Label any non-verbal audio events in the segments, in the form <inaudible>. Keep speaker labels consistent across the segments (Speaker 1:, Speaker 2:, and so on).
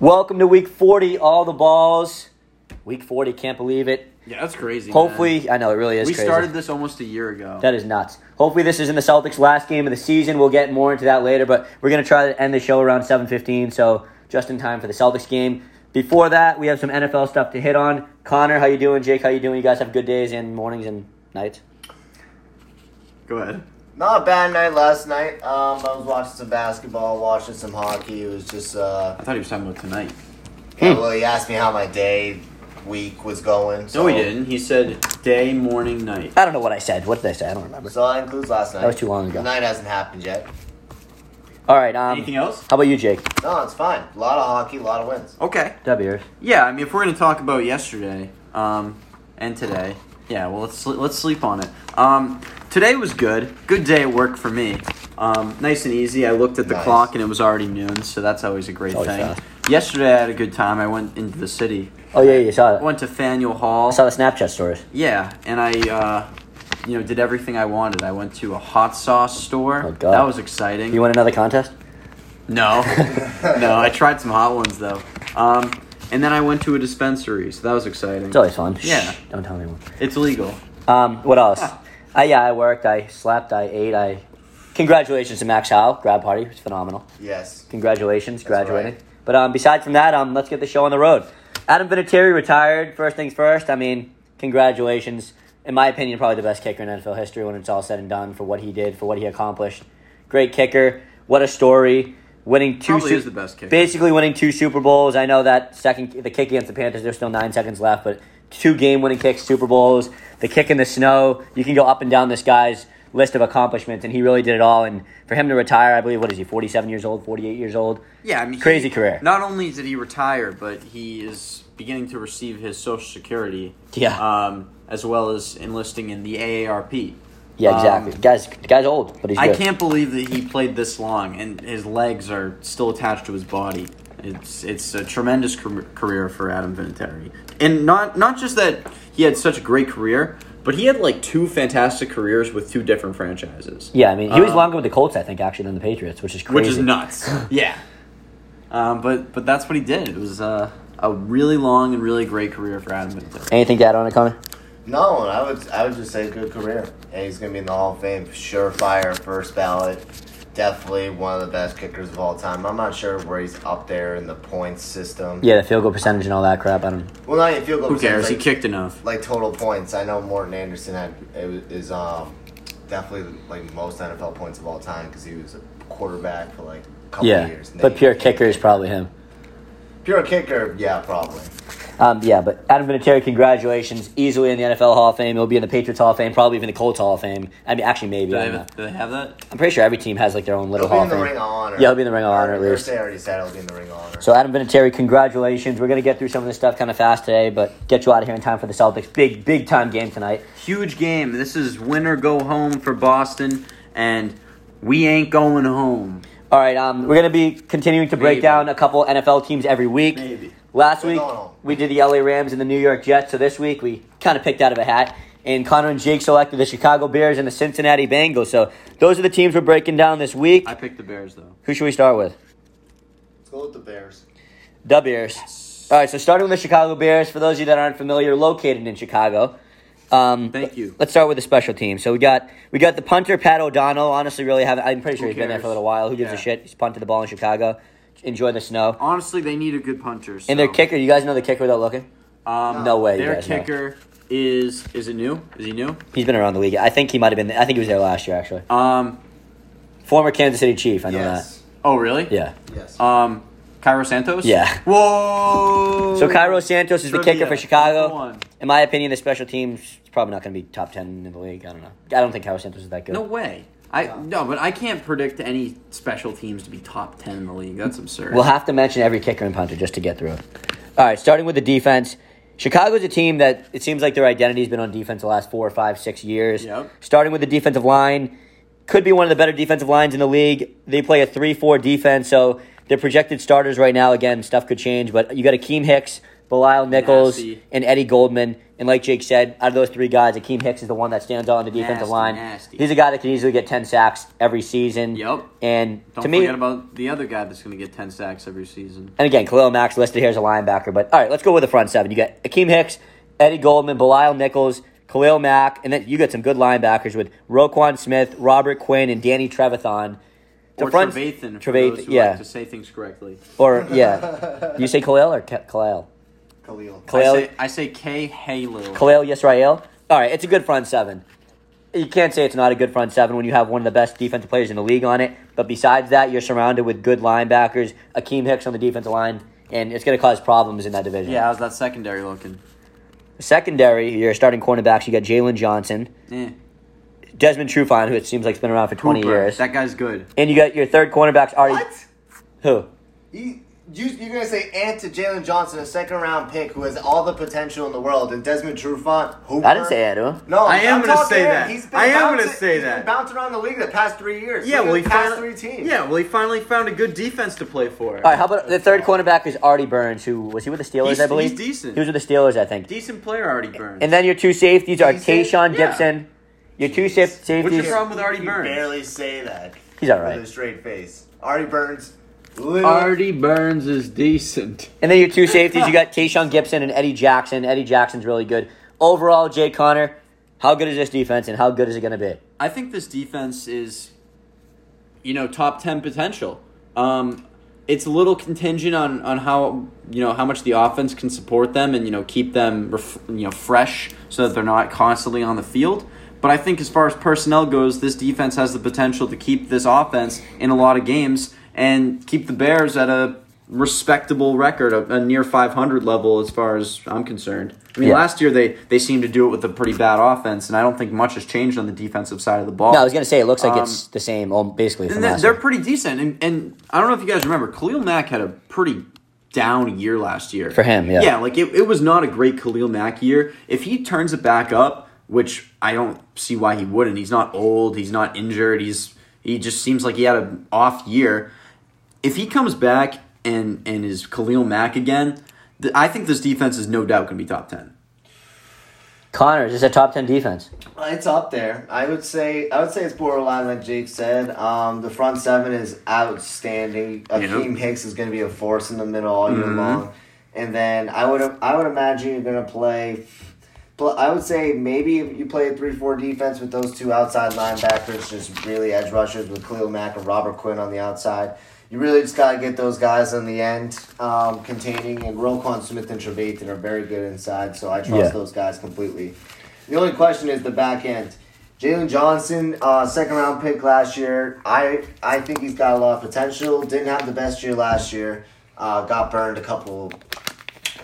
Speaker 1: Welcome to week 40, all the balls. Week 40, can't believe it.
Speaker 2: Yeah, that's crazy. man.
Speaker 1: Hopefully, I know it really is
Speaker 2: we
Speaker 1: crazy.
Speaker 2: started this almost a year ago.
Speaker 1: That is nuts. Hopefully, this isn't the Celtics' last game of the season. We'll get more into that later, but we're gonna try to end the show around seven fifteen, so just in time for the Celtics game. Before that, we have some NFL stuff to hit on. Connor, how you doing? Jake, how you doing? You guys have good days and mornings and nights.
Speaker 2: Go ahead.
Speaker 3: Not a bad night last night. Um, I was watching some basketball, watching some hockey. It was just, uh,
Speaker 2: I thought he was talking about tonight. Hmm.
Speaker 3: yeah, well, he asked me how my day, week was going. So,
Speaker 2: No, he didn't. He said day, morning, night.
Speaker 1: I don't know what I said. What did I say? I don't remember.
Speaker 3: So that includes last night.
Speaker 1: That was too long ago.
Speaker 3: The night hasn't happened yet.
Speaker 1: All right. Um,
Speaker 2: Anything else?
Speaker 1: How about you, Jake?
Speaker 3: No, it's fine. A lot of hockey, a lot of wins.
Speaker 2: Okay.
Speaker 1: W's.
Speaker 2: Yeah, I mean, if we're gonna talk about yesterday, um, and today, yeah, well, let's sl- let's sleep on it. Um, today was good. Good day at work for me. Um, nice and easy. I looked at the
Speaker 3: Nice.
Speaker 2: clock and it was already noon, so that's always a great
Speaker 1: Always
Speaker 2: thing.
Speaker 1: fast.
Speaker 2: Yesterday I had a good time. I went into the city.
Speaker 1: Oh yeah, you saw it.
Speaker 2: Went to Faneuil Hall.
Speaker 1: I saw the Snapchat stories.
Speaker 2: Yeah, and I, uh, you know, did everything I wanted. I went to a hot sauce store.
Speaker 1: Oh, God.
Speaker 2: That was exciting.
Speaker 1: You win another contest? <laughs>
Speaker 2: no, <laughs> no, I tried some hot ones though. Um, and then I went to a dispensary, so that was exciting.
Speaker 1: It's always fun. Shh,
Speaker 2: Yeah.
Speaker 1: don't tell anyone.
Speaker 2: it's legal.
Speaker 1: Um, what else?
Speaker 2: Yeah.
Speaker 1: I yeah, I worked. I slept. I ate. I. Congratulations to Max Howe. Grad party was phenomenal.
Speaker 3: <laughs> Yes.
Speaker 1: Congratulations, graduating.
Speaker 3: right.
Speaker 1: But um, besides from that, um, let's get the show on the road. Adam Vinatieri retired. First things first. I mean, congratulations. In my opinion, probably the best kicker in NFL history when it's all said and done for what he did, for what he accomplished. Great kicker. What a story. Winning two.
Speaker 2: Probably
Speaker 1: Su-
Speaker 2: is the best kicker.
Speaker 1: Basically, winning two Super Bowls. I know that second, the kick against the Panthers. There's still nine seconds left, but two game-winning kicks, Super Bowls. The kick in the snow. You can go up and down this guy's list of accomplishments, and he really did it all. And for him to retire, I believe, what is he? Forty-seven years old, forty-eight years old.
Speaker 2: Yeah, I mean,
Speaker 1: Crazy
Speaker 2: he-
Speaker 1: career.
Speaker 2: Not only did he retire, but he is beginning to receive his Social Security.
Speaker 1: Yeah.
Speaker 2: Um, as well as enlisting in the AARP.
Speaker 1: Yeah, exactly.
Speaker 2: Um,
Speaker 1: guys, the guy's old, but he's
Speaker 2: I
Speaker 1: good.
Speaker 2: can't believe that he played this long and his legs are still attached to his body. It's it's a tremendous car- career for Adam Vinatieri, and not not just that he had such a great career, but he had like two fantastic careers with two different franchises.
Speaker 1: Yeah, I mean, he was
Speaker 2: Um,
Speaker 1: longer with the Colts, I think, actually, than the Patriots, which is crazy.
Speaker 2: which is nuts. yeah, um, but but that's what he did. It was uh, a really long and really great career for Adam Vinatieri.
Speaker 1: Anything to add on it, Connor?
Speaker 3: No, I would I would just say good career. And he's gonna be in the Hall of Fame, surefire first ballot. Definitely one of the best kickers of all time. I'm not sure where he's up there in the points system.
Speaker 1: Yeah, the field goal percentage and all that crap. I don't.
Speaker 3: Well, not even field goal.
Speaker 2: Who cares? He
Speaker 3: percentage,
Speaker 2: kicked enough.
Speaker 3: like, like total points. I know Morton Anderson had it was- is um definitely like most NFL points of all time because he was a quarterback for like a couple
Speaker 1: Yeah,
Speaker 3: years.
Speaker 1: but pure kicker is probably him.
Speaker 3: pure kicker, yeah, probably.
Speaker 1: Um, yeah, but Adam Vinatieri, congratulations! Easily in the NFL Hall of Fame. He'll be in the Patriots Hall of Fame, probably even the Colts Hall of Fame. I mean, actually, maybe.
Speaker 2: Do
Speaker 1: I
Speaker 2: they,
Speaker 1: don't know.
Speaker 2: have, do they have that?
Speaker 1: I'm pretty sure every team has like their own little
Speaker 3: He'll
Speaker 1: Hall of
Speaker 3: be in the
Speaker 1: Fame.
Speaker 3: Ring of Honor.
Speaker 1: Yeah, he'll be in the Ring of Honor at
Speaker 3: Or- or
Speaker 1: least.
Speaker 3: say I already said he'll be in the Ring of Honor.
Speaker 1: So Adam Vinatieri, congratulations! We're gonna get through some of this stuff kind of fast today, but get you out of here in time for the Celtics. Big, big time game tonight.
Speaker 2: Huge game. This is win or go home for Boston, and we ain't going home.
Speaker 1: All right, um, we're gonna be continuing to break
Speaker 2: Maybe.
Speaker 1: down a couple NFL teams every week.
Speaker 2: Maybe.
Speaker 1: Last
Speaker 3: We're
Speaker 1: week
Speaker 3: going home.
Speaker 1: we did the LA Rams and the New York Jets, so this week we kind of picked out of a hat. And Connor and Jake selected the Chicago Bears and the Cincinnati Bengals. So those are the teams we're breaking down this week.
Speaker 2: I picked the Bears though.
Speaker 1: Who should we start with?
Speaker 3: Let's go with the Bears.
Speaker 1: The Bears. All right, so starting with the Chicago Bears, for those of you that aren't familiar, located in Chicago. Um,
Speaker 2: Thank you.
Speaker 1: Let's start with the special team. So we got we got the punter Pat O'Donnell. Honestly, really haven't. I'm pretty sure
Speaker 2: Who
Speaker 1: he's been there
Speaker 2: cares?
Speaker 1: for a little while. Who gives a
Speaker 2: Yeah.
Speaker 1: shit? He's punted the ball in Chicago. Enjoy the snow.
Speaker 2: Honestly, they need a good puncher. So.
Speaker 1: And their kicker, you guys know the kicker without looking?
Speaker 2: Um,
Speaker 1: No way you
Speaker 2: Their
Speaker 1: guys know.
Speaker 2: kicker is is it new? Is he new?
Speaker 1: He's been around the league. I think he might have been. I think he was there last year, actually.
Speaker 2: Um.
Speaker 1: Former Kansas City Chief. I know Uh,
Speaker 3: Yes.
Speaker 2: Oh really?
Speaker 1: that. Yeah.
Speaker 3: Yes.
Speaker 2: Um. Cairo Santos.
Speaker 1: Yeah.
Speaker 2: Whoa.
Speaker 1: So Cairo Santos is the
Speaker 2: Trivia.
Speaker 1: kicker for Chicago.
Speaker 2: One.
Speaker 1: In my opinion, the special teams is probably not going to be top ten in the league. I don't know. I don't think Cairo Santos is that good.
Speaker 2: No way. I no, but I can't predict any special teams to be top ten in the league. That's absurd.
Speaker 1: We'll have to mention every kicker and punter just to get through it. All right, starting with the defense. Chicago's a team that it seems like their identity's been on defense the last four or five, six years.
Speaker 2: Yep.
Speaker 1: Starting with the defensive line, could be one of the better defensive lines in the league. They play a 3 4 defense, so their projected starters right now, again, stuff could change, but you got Akeem Hicks, Belial Nichols,
Speaker 2: Nasty.
Speaker 1: and Eddie Goldman. And And like Jake said, out of those three guys, Akeem Hicks is the one that stands out on the defensive
Speaker 2: Nasty,
Speaker 1: line.
Speaker 2: nasty.
Speaker 1: He's a guy that can easily get ten sacks every season.
Speaker 2: Yep.
Speaker 1: And
Speaker 2: Don't
Speaker 1: to me,
Speaker 2: forget about the other guy that's going to get 10 sacks every season.
Speaker 1: and again, Khalil Mack's listed here as a linebacker, but all right, let's go with the front seven. You got Akeem Hicks, Eddie Goldman, Belial Nichols, Khalil Mack, and then you got some good linebackers with Roquan Smith, Robert Quinn, and Danny Trevathan. The
Speaker 2: or
Speaker 1: front-
Speaker 2: Trevathan, for
Speaker 1: Trevathan,
Speaker 2: those who
Speaker 1: yeah.
Speaker 2: like to say things correctly.
Speaker 1: Or yeah, you say Khalil or Ka- Khalil?
Speaker 3: Khalil.
Speaker 1: Khalil.
Speaker 2: I say, I say K. Halo.
Speaker 1: Khalil Yisrael. All right, it's a good front seven. You can't say it's not a good front seven when you have one of the best defensive players in the league on it. But besides that, you're surrounded with good linebackers, Akeem Hicks on the defensive line, and it's going to cause problems in that division.
Speaker 2: yeah, how's that secondary looking?
Speaker 1: Secondary, your starting cornerbacks, you got Jalen Johnson,
Speaker 2: Eh.
Speaker 1: Desmond Trufant, who it seems like has been around for 20
Speaker 2: Hooper.
Speaker 1: years.
Speaker 2: That guy's good.
Speaker 1: and you got your third cornerbacks already.
Speaker 3: What?
Speaker 1: Who?
Speaker 3: You, you, you're going to say and to Jalen Johnson, a second round pick who has all the potential in the world, and Desmond Trufant, Hooper.
Speaker 1: I didn't say that, who?
Speaker 3: No,
Speaker 2: I am
Speaker 3: I'm
Speaker 2: gonna
Speaker 3: talking
Speaker 2: say
Speaker 3: to him.
Speaker 2: that.
Speaker 3: He's been
Speaker 2: I am
Speaker 3: bouncing-
Speaker 2: gonna say
Speaker 3: he's been
Speaker 2: that.
Speaker 3: bouncing around the league the past three years.
Speaker 2: Yeah,
Speaker 3: Look
Speaker 2: well,
Speaker 3: at
Speaker 2: he
Speaker 3: the past
Speaker 2: finally,
Speaker 3: three teams.
Speaker 2: Yeah, well, he finally found a good defense to play for.
Speaker 1: All right, how about the third cornerback is Artie Burns, who was he with the Steelers,
Speaker 2: He's-
Speaker 1: I believe?
Speaker 2: he's decent.
Speaker 1: He was with the Steelers, I think.
Speaker 2: Decent player already burned.
Speaker 1: And then your two safeties are
Speaker 3: Decent?
Speaker 1: Tayshawn
Speaker 2: Yeah.
Speaker 1: Gibson. Your two saf- safeties.
Speaker 2: What's your problem with Artie
Speaker 3: You
Speaker 2: Burns?
Speaker 3: barely say that.
Speaker 1: He's all right.
Speaker 3: With a straight face. Artie Burns. Little,
Speaker 2: Burns is decent.
Speaker 1: And then your two safeties, you got Tayshawn Gibson and Eddie Jackson. Eddie Jackson's really good. Overall, Jay Connor, how good is this defense and how good is it going to be?
Speaker 2: I think this defense is, you know, top ten potential. Um, it's a little contingent on, on how you know how much the offense can support them and you know keep them ref- you know fresh so that they're not constantly on the field. But I think as far as personnel goes, this defense has the potential to keep this offense in a lot of games and keep the Bears at a respectable record, a, a near 500 level as far as I'm concerned. I mean,
Speaker 1: Yeah.
Speaker 2: last year they they seemed to do it with a pretty bad offense, and I don't think much has changed on the defensive side of the ball.
Speaker 1: No, I was going to say it looks like it's the same, um, basically, from
Speaker 2: And they're,
Speaker 1: last
Speaker 2: they're
Speaker 1: year.
Speaker 2: pretty decent. And, and I don't know if you guys remember, Khalil Mack had a pretty down year last year.
Speaker 1: For him, yeah.
Speaker 2: Yeah, like it, it was not a great Khalil Mack year. If he turns it back up, which I don't see why he wouldn't, he's not old, he's not injured, he's he just seems like he had an off year. If he comes back and and is Khalil Mack again, th- I think this defense is no doubt going to be top 10.
Speaker 1: Connor, is this a top 10 defense?
Speaker 3: It's up there. I would say. I would say it's borderline, like Jake said. Um, the front seven is outstanding. Akeem Hicks is going to be a force in the middle all year long, and then I would. I would imagine you're going to play. pl- I would say maybe if you play a three-four defense with those two outside linebackers, just really edge rushers with Khalil Mack and Robert Quinn on the outside. You really just got to get those guys in the end um, containing, and Roquan Smith and Trevathan are very good inside, so I trust
Speaker 1: Yeah.
Speaker 3: those guys completely. The only question is the back end. Jalen Johnson, uh, second round pick last year. I I think he's got a lot of potential. Didn't have the best year last year. Uh, got burned a couple,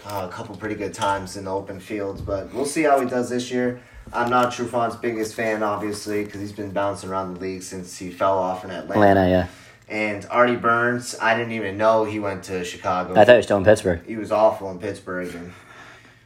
Speaker 3: uh, a couple pretty good times in the open fields, but we'll see how he does this year. I'm not Trufant's biggest fan, obviously, because he's been bouncing around the league since he fell off in Atlanta.
Speaker 1: Atlanta, yeah.
Speaker 3: And Artie Burns, I didn't even know he went to Chicago
Speaker 1: I thought you were still in Pittsburgh.
Speaker 3: he was awful in Pittsburgh. And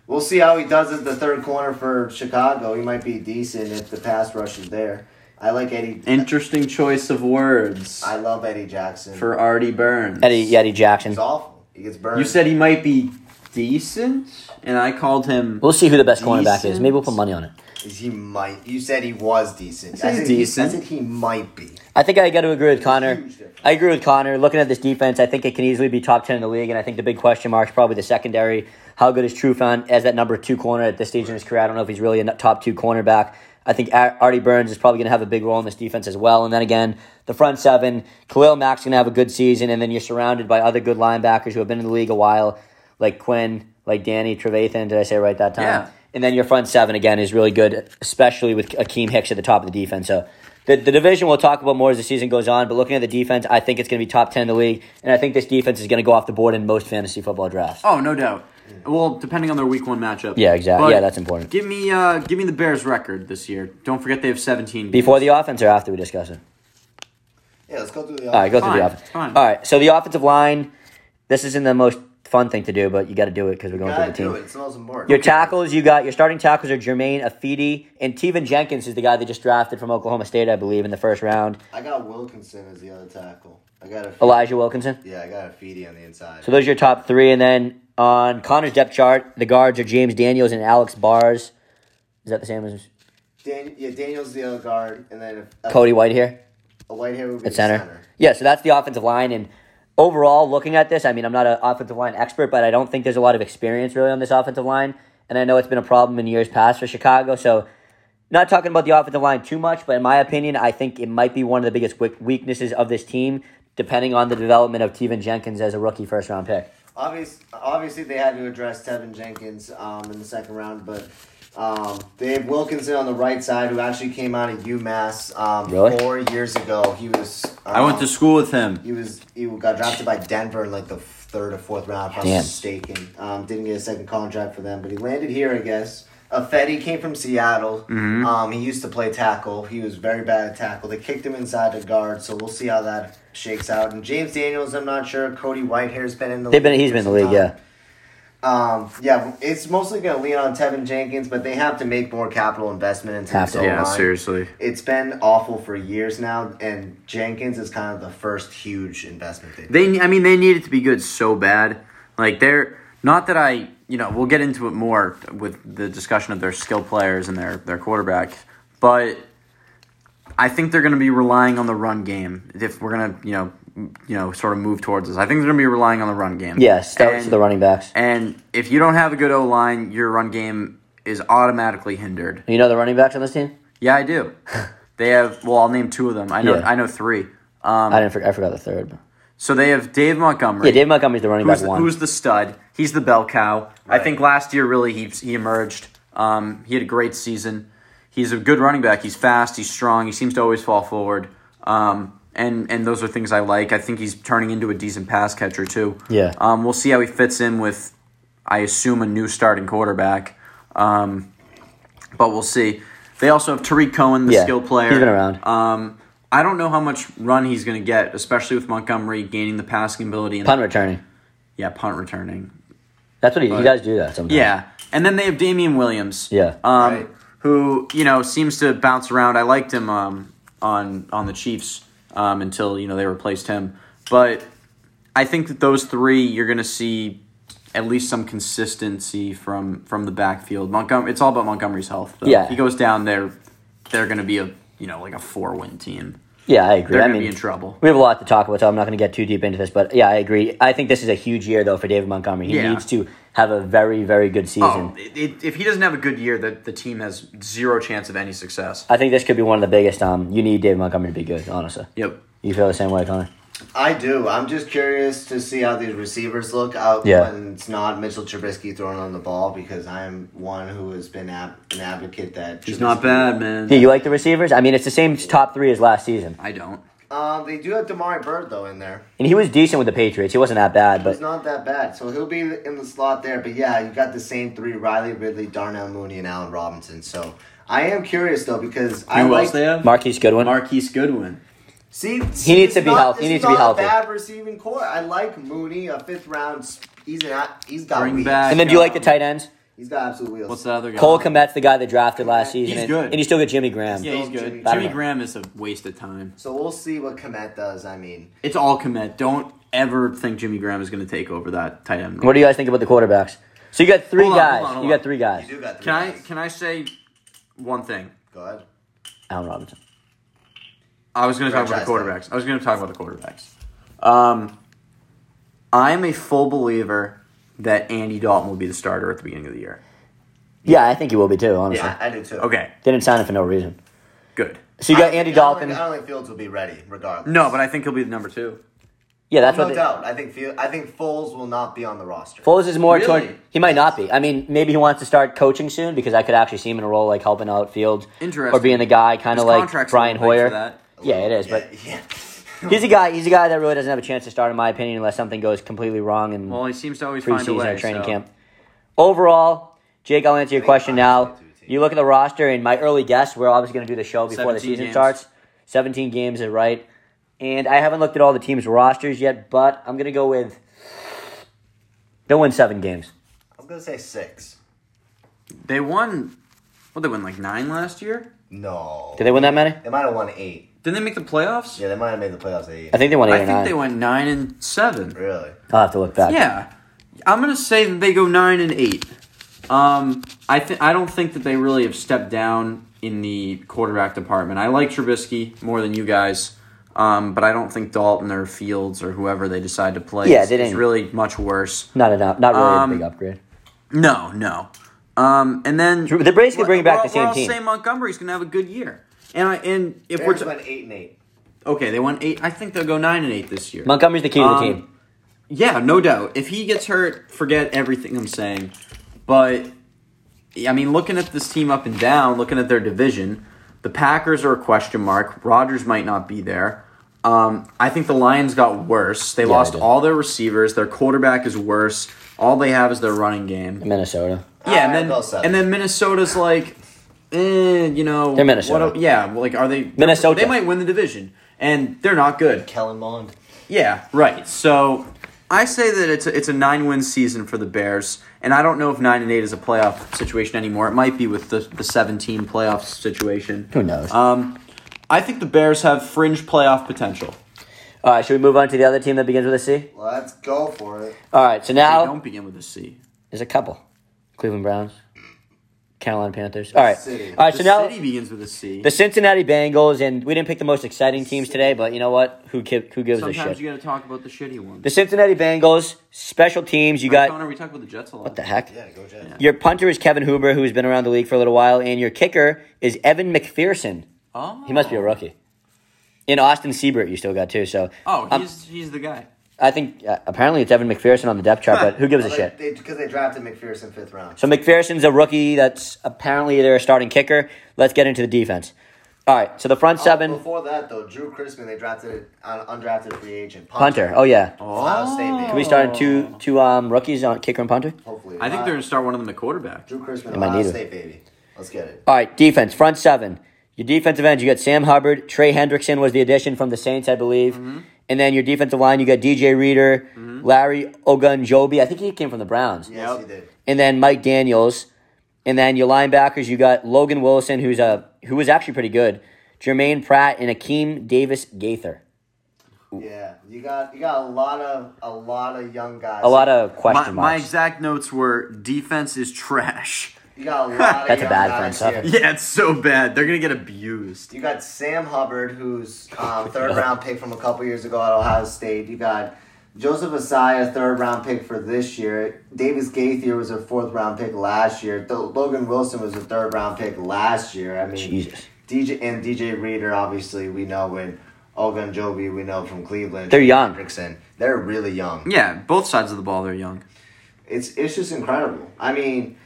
Speaker 3: we'll see how he does as the third corner for Chicago. He might be decent if the pass rush is there. I like Eddie.
Speaker 2: Interesting choice of words
Speaker 3: I love Eddie Jackson.
Speaker 2: for Artie Burns.
Speaker 1: Eddie, Eddie Jackson.
Speaker 3: he's awful. He gets burned.
Speaker 2: You said he might be decent, and I called him.
Speaker 1: We'll see who the best cornerback is.
Speaker 2: Decent.
Speaker 1: Maybe we'll put money on it.
Speaker 3: he might. You said he was decent.
Speaker 2: said he's
Speaker 3: he-
Speaker 2: decent.
Speaker 3: I said he might be.
Speaker 1: I think I got to agree with Connor.
Speaker 3: huge difference.
Speaker 1: I agree with Connor. Looking at this defense, I think it can easily be top 10 in the league, and I think the big question mark is probably the secondary. How good is Trufant as that number two corner at this stage in his career? I don't know if he's really a n- top two cornerback. I think Ar- Artie Burns is probably going to have a big role in this defense as well. And then again, the front seven, Khalil Mack's going to have a good season, and then you're surrounded by other good linebackers who have been in the league a while, like Quinn, like Danny Trevathan. Did I say it right that time?
Speaker 2: Yeah.
Speaker 1: And then your front seven again is really good, especially with Akeem Hicks at the top of the defense. So the, the division we'll talk about more as the season goes on. But looking at the defense, I think it's going to be top ten in the league, and I think this defense is going to go off the board in most fantasy football drafts.
Speaker 2: Oh, no doubt. Well, depending on their week one matchup.
Speaker 1: Yeah, exactly.
Speaker 2: But
Speaker 1: Yeah, that's important.
Speaker 2: Give me, uh, give me the Bears' record this year. Don't forget they have seventeen. games.
Speaker 1: Before the offense or after we discuss it.
Speaker 3: Yeah, let's go through the.
Speaker 1: All right, go through the
Speaker 2: Fine,
Speaker 1: offense.
Speaker 2: fine.
Speaker 1: All right, so the offensive line. This isn't the most fun thing to do, but you got to do it because we're going
Speaker 3: Gotta
Speaker 1: through the
Speaker 3: do
Speaker 1: team.
Speaker 3: it. It's the most important.
Speaker 1: Your tackles, you got your starting tackles are Jermaine Afidi and Teven Jenkins, who's the guy they just drafted from Oklahoma State, I believe, in the first round.
Speaker 3: I got Wilkinson as the other tackle. I got a.
Speaker 1: Elijah Wilkinson.
Speaker 3: yeah, I got a Feedy on the inside.
Speaker 1: So those are your top three, and then On Connor's depth chart, the guards are James Daniels and Alex Bars. Is that the same as
Speaker 3: Dan- yeah, Daniel's the other guard, and then a, a,
Speaker 1: Cody White here?
Speaker 3: a white hair would be
Speaker 1: at
Speaker 3: the
Speaker 1: center.
Speaker 3: center.
Speaker 1: Yeah, so that's the offensive line. And overall, looking at this, I mean, I'm not an offensive line expert, but I don't think there's a lot of experience really on this offensive line. And I know it's been a problem in years past for Chicago. So, not talking about the offensive line too much, but in my opinion, I think it might be one of the biggest we- weaknesses of this team, depending on the development of Tevin Jenkins as a rookie first round pick.
Speaker 3: Obvious, obviously, they had to address Tevin Jenkins um, in the second round, but um, they have Wilkinson on the right side, who actually came out of UMass um,
Speaker 1: Really?
Speaker 3: four years ago. He was. Um,
Speaker 2: I went to school with him.
Speaker 3: He was. He got drafted by Denver in like the third or fourth round, if I'm
Speaker 1: Damn.
Speaker 3: mistaken. Um, didn't get a second contract for them, but he landed here, I guess. Uh, Fetty came from Seattle.
Speaker 1: Mm-hmm.
Speaker 3: Um, he used to play tackle. He was very bad at tackle. They kicked him inside the guard, so we'll see how that shakes out. And James Daniels, I'm not sure. Cody Whitehair's been in the
Speaker 1: They've been,
Speaker 3: league
Speaker 1: he's
Speaker 3: for
Speaker 1: been in the
Speaker 3: some
Speaker 1: league,
Speaker 3: time.
Speaker 1: yeah.
Speaker 3: Um, yeah, it's mostly going to lean on Tevin Jenkins, but they have to make more capital investment into
Speaker 1: Have
Speaker 3: this
Speaker 1: to.
Speaker 3: O-line.
Speaker 2: Yeah, seriously.
Speaker 3: It's been awful for years now, and Jenkins is kind of the first huge investment they
Speaker 2: They, I mean, they needed to be good so bad. Like they're not that I, you know, we'll get into it more with the discussion of their skill players and their their quarterback, but I think they're going to be relying on the run game if we're going to, you know, m- you know, sort of move towards this. I think they're going to be relying on the run game.
Speaker 1: Yeah, start to
Speaker 2: And-
Speaker 1: the running backs.
Speaker 2: And if you don't have a good O line, your run game is automatically hindered.
Speaker 1: You know the running backs on this team?
Speaker 2: Yeah,
Speaker 1: <laughs>
Speaker 2: I do. they have. Well, I'll name two of them. I know.
Speaker 1: Yeah.
Speaker 2: I know three. Um,
Speaker 1: I didn't. For- I forgot the third. but-
Speaker 2: so they have Dave Montgomery.
Speaker 1: Yeah, Dave Montgomery's the running
Speaker 2: who's
Speaker 1: back
Speaker 2: the,
Speaker 1: one.
Speaker 2: who's the stud? He's the bell cow. I
Speaker 3: Right.
Speaker 2: think last year really he he emerged. Um, he had a great season. He's a good running back. He's fast. He's strong. He seems to always fall forward. Um, and and those are things I like. I think he's turning into a decent pass catcher too.
Speaker 1: Yeah.
Speaker 2: Um, we'll see how he fits in with, I assume, a new starting quarterback. Um, but we'll see. They also have Tariq Cohen, the
Speaker 1: Yeah,
Speaker 2: skill player.
Speaker 1: he's been around.
Speaker 2: Um, I don't know how much run he's going to get, especially with Montgomery gaining the passing ability. And
Speaker 1: Punt returning.
Speaker 2: yeah, punt returning.
Speaker 1: That's what he, he does do that sometimes.
Speaker 2: Yeah, and then they have Damian Williams.
Speaker 1: Yeah.
Speaker 2: um,
Speaker 3: Right.
Speaker 2: who you know seems to bounce around. I liked him um, on on the Chiefs um, until you know they replaced him. But I think that those three you're going to see at least some consistency from from the backfield. Montgomery, it's all about Montgomery's health. Though.
Speaker 1: Yeah.
Speaker 2: if he goes down there, they're going to be a you know like a four win team.
Speaker 1: Yeah, I agree.
Speaker 2: They're
Speaker 1: I
Speaker 2: going to
Speaker 1: mean,
Speaker 2: be in trouble.
Speaker 1: we have a lot to talk about, so I'm not going to get too deep into this. But yeah, I agree. I think this is a huge year though for David Montgomery. He
Speaker 2: Yeah.
Speaker 1: needs to have a very, very good season.
Speaker 2: Oh, it, it, if he doesn't have a good year, the, the team has zero chance of any success.
Speaker 1: I think this could be one of the biggest. Um, you need David Montgomery to be good. Honestly,
Speaker 2: Yep.
Speaker 1: you feel the same way, Connor.
Speaker 3: I do. I'm just curious to see how these receivers look out
Speaker 1: Yeah.
Speaker 3: when it's not Mitchell Trubisky throwing on the ball because I'm one who has been ab- an advocate that
Speaker 2: He's not bad, man.
Speaker 1: Yeah, you like the receivers? I mean, it's the same top three as last season,
Speaker 2: I don't.
Speaker 3: Uh, they do have Damari Bird though in there.
Speaker 1: and he was decent with the Patriots. He wasn't that bad, but
Speaker 3: It's not that bad, so he'll be in the slot there. But yeah, you got the same three: Riley Ridley, Darnell Mooney, and Allen Robinson. So I am curious though because I
Speaker 2: Who
Speaker 3: like
Speaker 2: else they have?
Speaker 1: Marquise Goodwin.
Speaker 2: Marquise Goodwin.
Speaker 3: See,
Speaker 1: He needs to be healthy. He needs to be healthy.
Speaker 3: A bad receiving core. I like Mooney, a fifth round. s- He's an, he's got
Speaker 2: Bring
Speaker 3: wheels.
Speaker 2: back- uh,
Speaker 1: and then do you like the tight ends?
Speaker 3: He's got absolute wheels.
Speaker 2: What's the other guy?
Speaker 1: Cole Komet's the guy that drafted last season.
Speaker 2: He's
Speaker 1: and,
Speaker 2: good.
Speaker 1: and you still get Jimmy Graham.
Speaker 2: Yeah, he's good.
Speaker 3: Jimmy-
Speaker 2: Jimmy
Speaker 1: Batman.
Speaker 2: Graham is a waste of time.
Speaker 3: So we'll see what Komet does. I mean,
Speaker 2: It's all commit. Don't ever think Jimmy Graham is going to take over that tight end.
Speaker 1: What do you guys think about the quarterbacks? So you got three
Speaker 2: Hold on,
Speaker 1: guys.
Speaker 2: hold on, hold
Speaker 1: you got
Speaker 2: on.
Speaker 1: three guys.
Speaker 3: you do got three.
Speaker 2: can I
Speaker 3: guys.
Speaker 2: can I say one thing?
Speaker 3: Go ahead.
Speaker 1: Allen Robinson.
Speaker 2: I was going to talk about the
Speaker 3: Franchise
Speaker 2: quarterbacks. I was going to talk about the quarterbacks. Um, I'm a full believer that Andy Dalton will be the starter at the beginning of the year.
Speaker 1: Yeah, I think he will be too. Honestly,
Speaker 3: Yeah, I do too.
Speaker 2: Okay,
Speaker 1: they didn't sign him for no reason.
Speaker 2: good.
Speaker 1: So you
Speaker 3: I
Speaker 1: got
Speaker 3: don't
Speaker 1: Andy
Speaker 3: think- I don't
Speaker 1: Dalton.
Speaker 3: think- I don't think Fields will be ready, regardless.
Speaker 2: No, but I think he'll be the number two.
Speaker 1: Yeah, that's
Speaker 3: no
Speaker 1: what. They,
Speaker 3: doubt. I think Field, I think Foles will not be on the roster.
Speaker 1: Foles is more
Speaker 2: Really?
Speaker 1: toward. He might not be. I mean, maybe he wants to start coaching soon because I could actually see him in a role like helping out Fields or
Speaker 2: Interesting.
Speaker 1: being the guy kind of
Speaker 2: His
Speaker 1: like
Speaker 2: contract's a
Speaker 1: Brian
Speaker 2: little big for
Speaker 1: Hoyer.
Speaker 2: that.
Speaker 1: Yeah, it is.
Speaker 3: yeah,
Speaker 1: But <laughs>
Speaker 3: yeah.
Speaker 1: he's a guy. He's a guy that really doesn't have a chance to start, in my opinion, unless something goes completely wrong in
Speaker 2: Well, he seems to always find a
Speaker 1: preseason
Speaker 2: way.
Speaker 1: or training
Speaker 2: so-
Speaker 1: camp. Overall, Jake, I'll answer your question now. You look at the roster, and my early guess, we're obviously going to do the show before the
Speaker 2: 17
Speaker 1: season
Speaker 2: games.
Speaker 1: starts. 17 games is right. And I haven't looked at all the teams' rosters yet, but I'm going to go with they'll win seven games.
Speaker 3: I'm gonna say six.
Speaker 2: They won. Well, they won like nine last year.
Speaker 3: No.
Speaker 1: Did they win that many?
Speaker 3: They might have won eight.
Speaker 2: Didn't they make the playoffs?
Speaker 3: Yeah, they might have made the playoffs at eight.
Speaker 1: I think they won eight
Speaker 2: I
Speaker 1: or
Speaker 2: think
Speaker 1: nine.
Speaker 2: they went nine and seven.
Speaker 3: really.
Speaker 1: I'll have to look back.
Speaker 2: Yeah, I'm gonna say that they go nine and eight. Um, I think I don't think that they really have stepped down in the quarterback department. I like Trubisky more than you guys, um, but I don't think Dalton or Fields or whoever they decide to play
Speaker 1: Yeah,
Speaker 2: is,
Speaker 1: they
Speaker 2: is
Speaker 1: didn't-
Speaker 2: really much worse.
Speaker 1: Not enough. Not really
Speaker 2: Um,
Speaker 1: a big upgrade.
Speaker 2: No, no. Um, and then
Speaker 1: They're basically
Speaker 2: We're-
Speaker 1: bringing back
Speaker 2: we're
Speaker 1: the
Speaker 2: all-
Speaker 1: same
Speaker 2: we're all
Speaker 1: team.
Speaker 2: saying Montgomery's gonna have a good year, and I, and if we're
Speaker 3: Bears
Speaker 2: t-
Speaker 3: went eight and eight.
Speaker 2: okay, they won eight. I think they'll go nine and eight this year.
Speaker 1: Montgomery's the key to the
Speaker 2: Um,
Speaker 1: team.
Speaker 2: Yeah, no doubt. If he gets hurt, forget everything I'm saying. But I mean, looking at this team up and down, looking at their division, the Packers are a question mark. Rodgers might not be there. Um, I think the Lions got worse. They lost
Speaker 1: did.
Speaker 2: all their receivers. Their quarterback is worse. All they have is their running game.
Speaker 1: Minnesota.
Speaker 2: Yeah, and
Speaker 3: I'll go
Speaker 2: then
Speaker 3: seven.
Speaker 2: and then Minnesota's like, eh, you know,
Speaker 1: They're Minnesota.
Speaker 2: what- yeah, well, like are they
Speaker 1: Minnesota.
Speaker 2: They might win the division, and they're not good.
Speaker 3: Kellen Mond.
Speaker 2: Yeah, right. So I say that it's a, it's a nine win season for the Bears, and I don't know if nine and eight is a playoff situation anymore. It might be with the the seventeen playoff situation.
Speaker 1: Who knows?
Speaker 2: Um, I think the Bears have fringe playoff potential.
Speaker 1: All right, should we move on to the other team that begins with a C?
Speaker 3: Let's go for it.
Speaker 1: All right, so
Speaker 2: They
Speaker 1: now
Speaker 2: don't begin with a C.
Speaker 1: there's a couple: Cleveland Browns, Carolina Panthers. All right,
Speaker 3: City.
Speaker 1: all right.
Speaker 2: The
Speaker 1: So now
Speaker 2: city begins with a C.
Speaker 1: the Cincinnati Bengals, and we didn't pick the most exciting teams today, but you know what? Who ki- who gives a
Speaker 2: Sometimes
Speaker 1: shit?
Speaker 2: you got to talk about the shitty ones.
Speaker 1: The Cincinnati Bengals special teams. You got
Speaker 2: Connor, we talk about the Jets a lot.
Speaker 1: what the heck?
Speaker 3: Yeah, go Jets.
Speaker 1: Your punter is Kevin Huber, who's been around the league for a little while, and your kicker is Evan McPherson.
Speaker 2: Oh,
Speaker 1: He must be a rookie. In Austin Siebert, you still got two. So
Speaker 2: Oh,
Speaker 1: um,
Speaker 2: he's he's the guy.
Speaker 1: I think uh, apparently it's Evan McPherson on the depth chart, but who gives a shit?
Speaker 3: Because they, drafted McPherson fifth round.
Speaker 1: So McPherson's a rookie. That's apparently their starting kicker. Let's get into the defense. All right. So the front seven
Speaker 3: Oh, Before that, though, Drew Chrisman, they drafted an undrafted free agent.
Speaker 1: punter. Oh yeah.
Speaker 3: Ohio State, maybe.
Speaker 1: Can we start in two two um, rookies on kicker and punter?
Speaker 3: Hopefully.
Speaker 2: I think
Speaker 3: Uh,
Speaker 2: they're gonna start one of them at quarterback.
Speaker 3: Drew Chrisman,
Speaker 1: Oh. They might
Speaker 3: Ohio
Speaker 1: need it.
Speaker 3: State, baby. Let's get it.
Speaker 1: All right. Defense front seven. Your defensive end. You got Sam Hubbard. Trey Hendrickson was the addition from the Saints, I believe. And then your defensive line. You got DJ Reader, Larry Ogunjobi. I think he came from the Browns.
Speaker 3: Yes,
Speaker 2: Yep.
Speaker 3: he did.
Speaker 1: and then Mike Daniels, and then your linebackers. You got Logan Wilson, who's a who was actually pretty good. Jermaine Pratt and Akeem Davis Gaither.
Speaker 3: Yeah, you got you got a lot of a lot of young guys.
Speaker 1: A lot of
Speaker 2: My,
Speaker 1: question
Speaker 2: my
Speaker 1: marks.
Speaker 2: exact notes were defense is trash. <laughs>
Speaker 3: You got a lot of
Speaker 1: That's a
Speaker 3: young
Speaker 1: bad
Speaker 3: guys
Speaker 1: front
Speaker 3: here.
Speaker 1: seven.
Speaker 2: Yeah, it's so bad. They're gonna get abused.
Speaker 3: You got Sam Hubbard, who's
Speaker 1: <laughs>
Speaker 3: um, third round pick from a couple years ago at Ohio State. You got Joseph Asaya, third round pick for this year. Davis Gaither was a fourth round pick last year. Th- Logan Wilson was a third round pick last year. I mean,
Speaker 1: Jesus.
Speaker 3: DJ and DJ Reader, obviously, we know and Ogunjobi, we know from Cleveland.
Speaker 1: They're young.
Speaker 3: Hendrickson. They're really young.
Speaker 2: Yeah, both sides of the ball they're young.
Speaker 3: It's it's just incredible. I mean,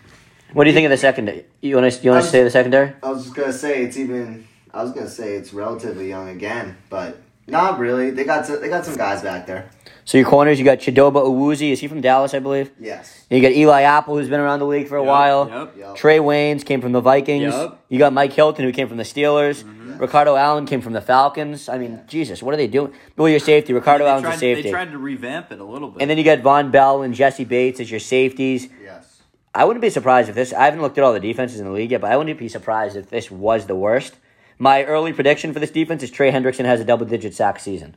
Speaker 1: What do you think of the secondary? You want to you want
Speaker 3: I'm-
Speaker 1: to say the secondary?
Speaker 3: I was just gonna say it's even. I was gonna say it's relatively young again, but not really. They got some, they got some guys back there.
Speaker 1: So your corners, you got Chidoba Awuzie. Is he from Dallas, I believe?
Speaker 3: Yes.
Speaker 1: And you got Eli Apple, who's been around the league for a
Speaker 2: Yep,
Speaker 1: while.
Speaker 2: yep.
Speaker 3: Yep.
Speaker 1: Trey Waynes came from the Vikings.
Speaker 2: Yep.
Speaker 1: You got Mike Hilton, who came from the Steelers.
Speaker 2: Mm-hmm.
Speaker 1: Ricardo Allen came from the Falcons. I mean, Jesus, what are they doing? Well, your safety, Ricardo
Speaker 2: they,
Speaker 1: Allen's
Speaker 2: tried,
Speaker 1: a
Speaker 2: they
Speaker 1: safety.
Speaker 2: tried to revamp it a little bit.
Speaker 1: And then you got Von Bell and Jesse Bates as your safeties.
Speaker 3: Yes.
Speaker 1: I wouldn't be surprised if this. I haven't looked at all the defenses in the league yet, but I wouldn't be surprised if this was the worst. My early prediction for this defense is Trey Hendrickson has a double-digit sack season.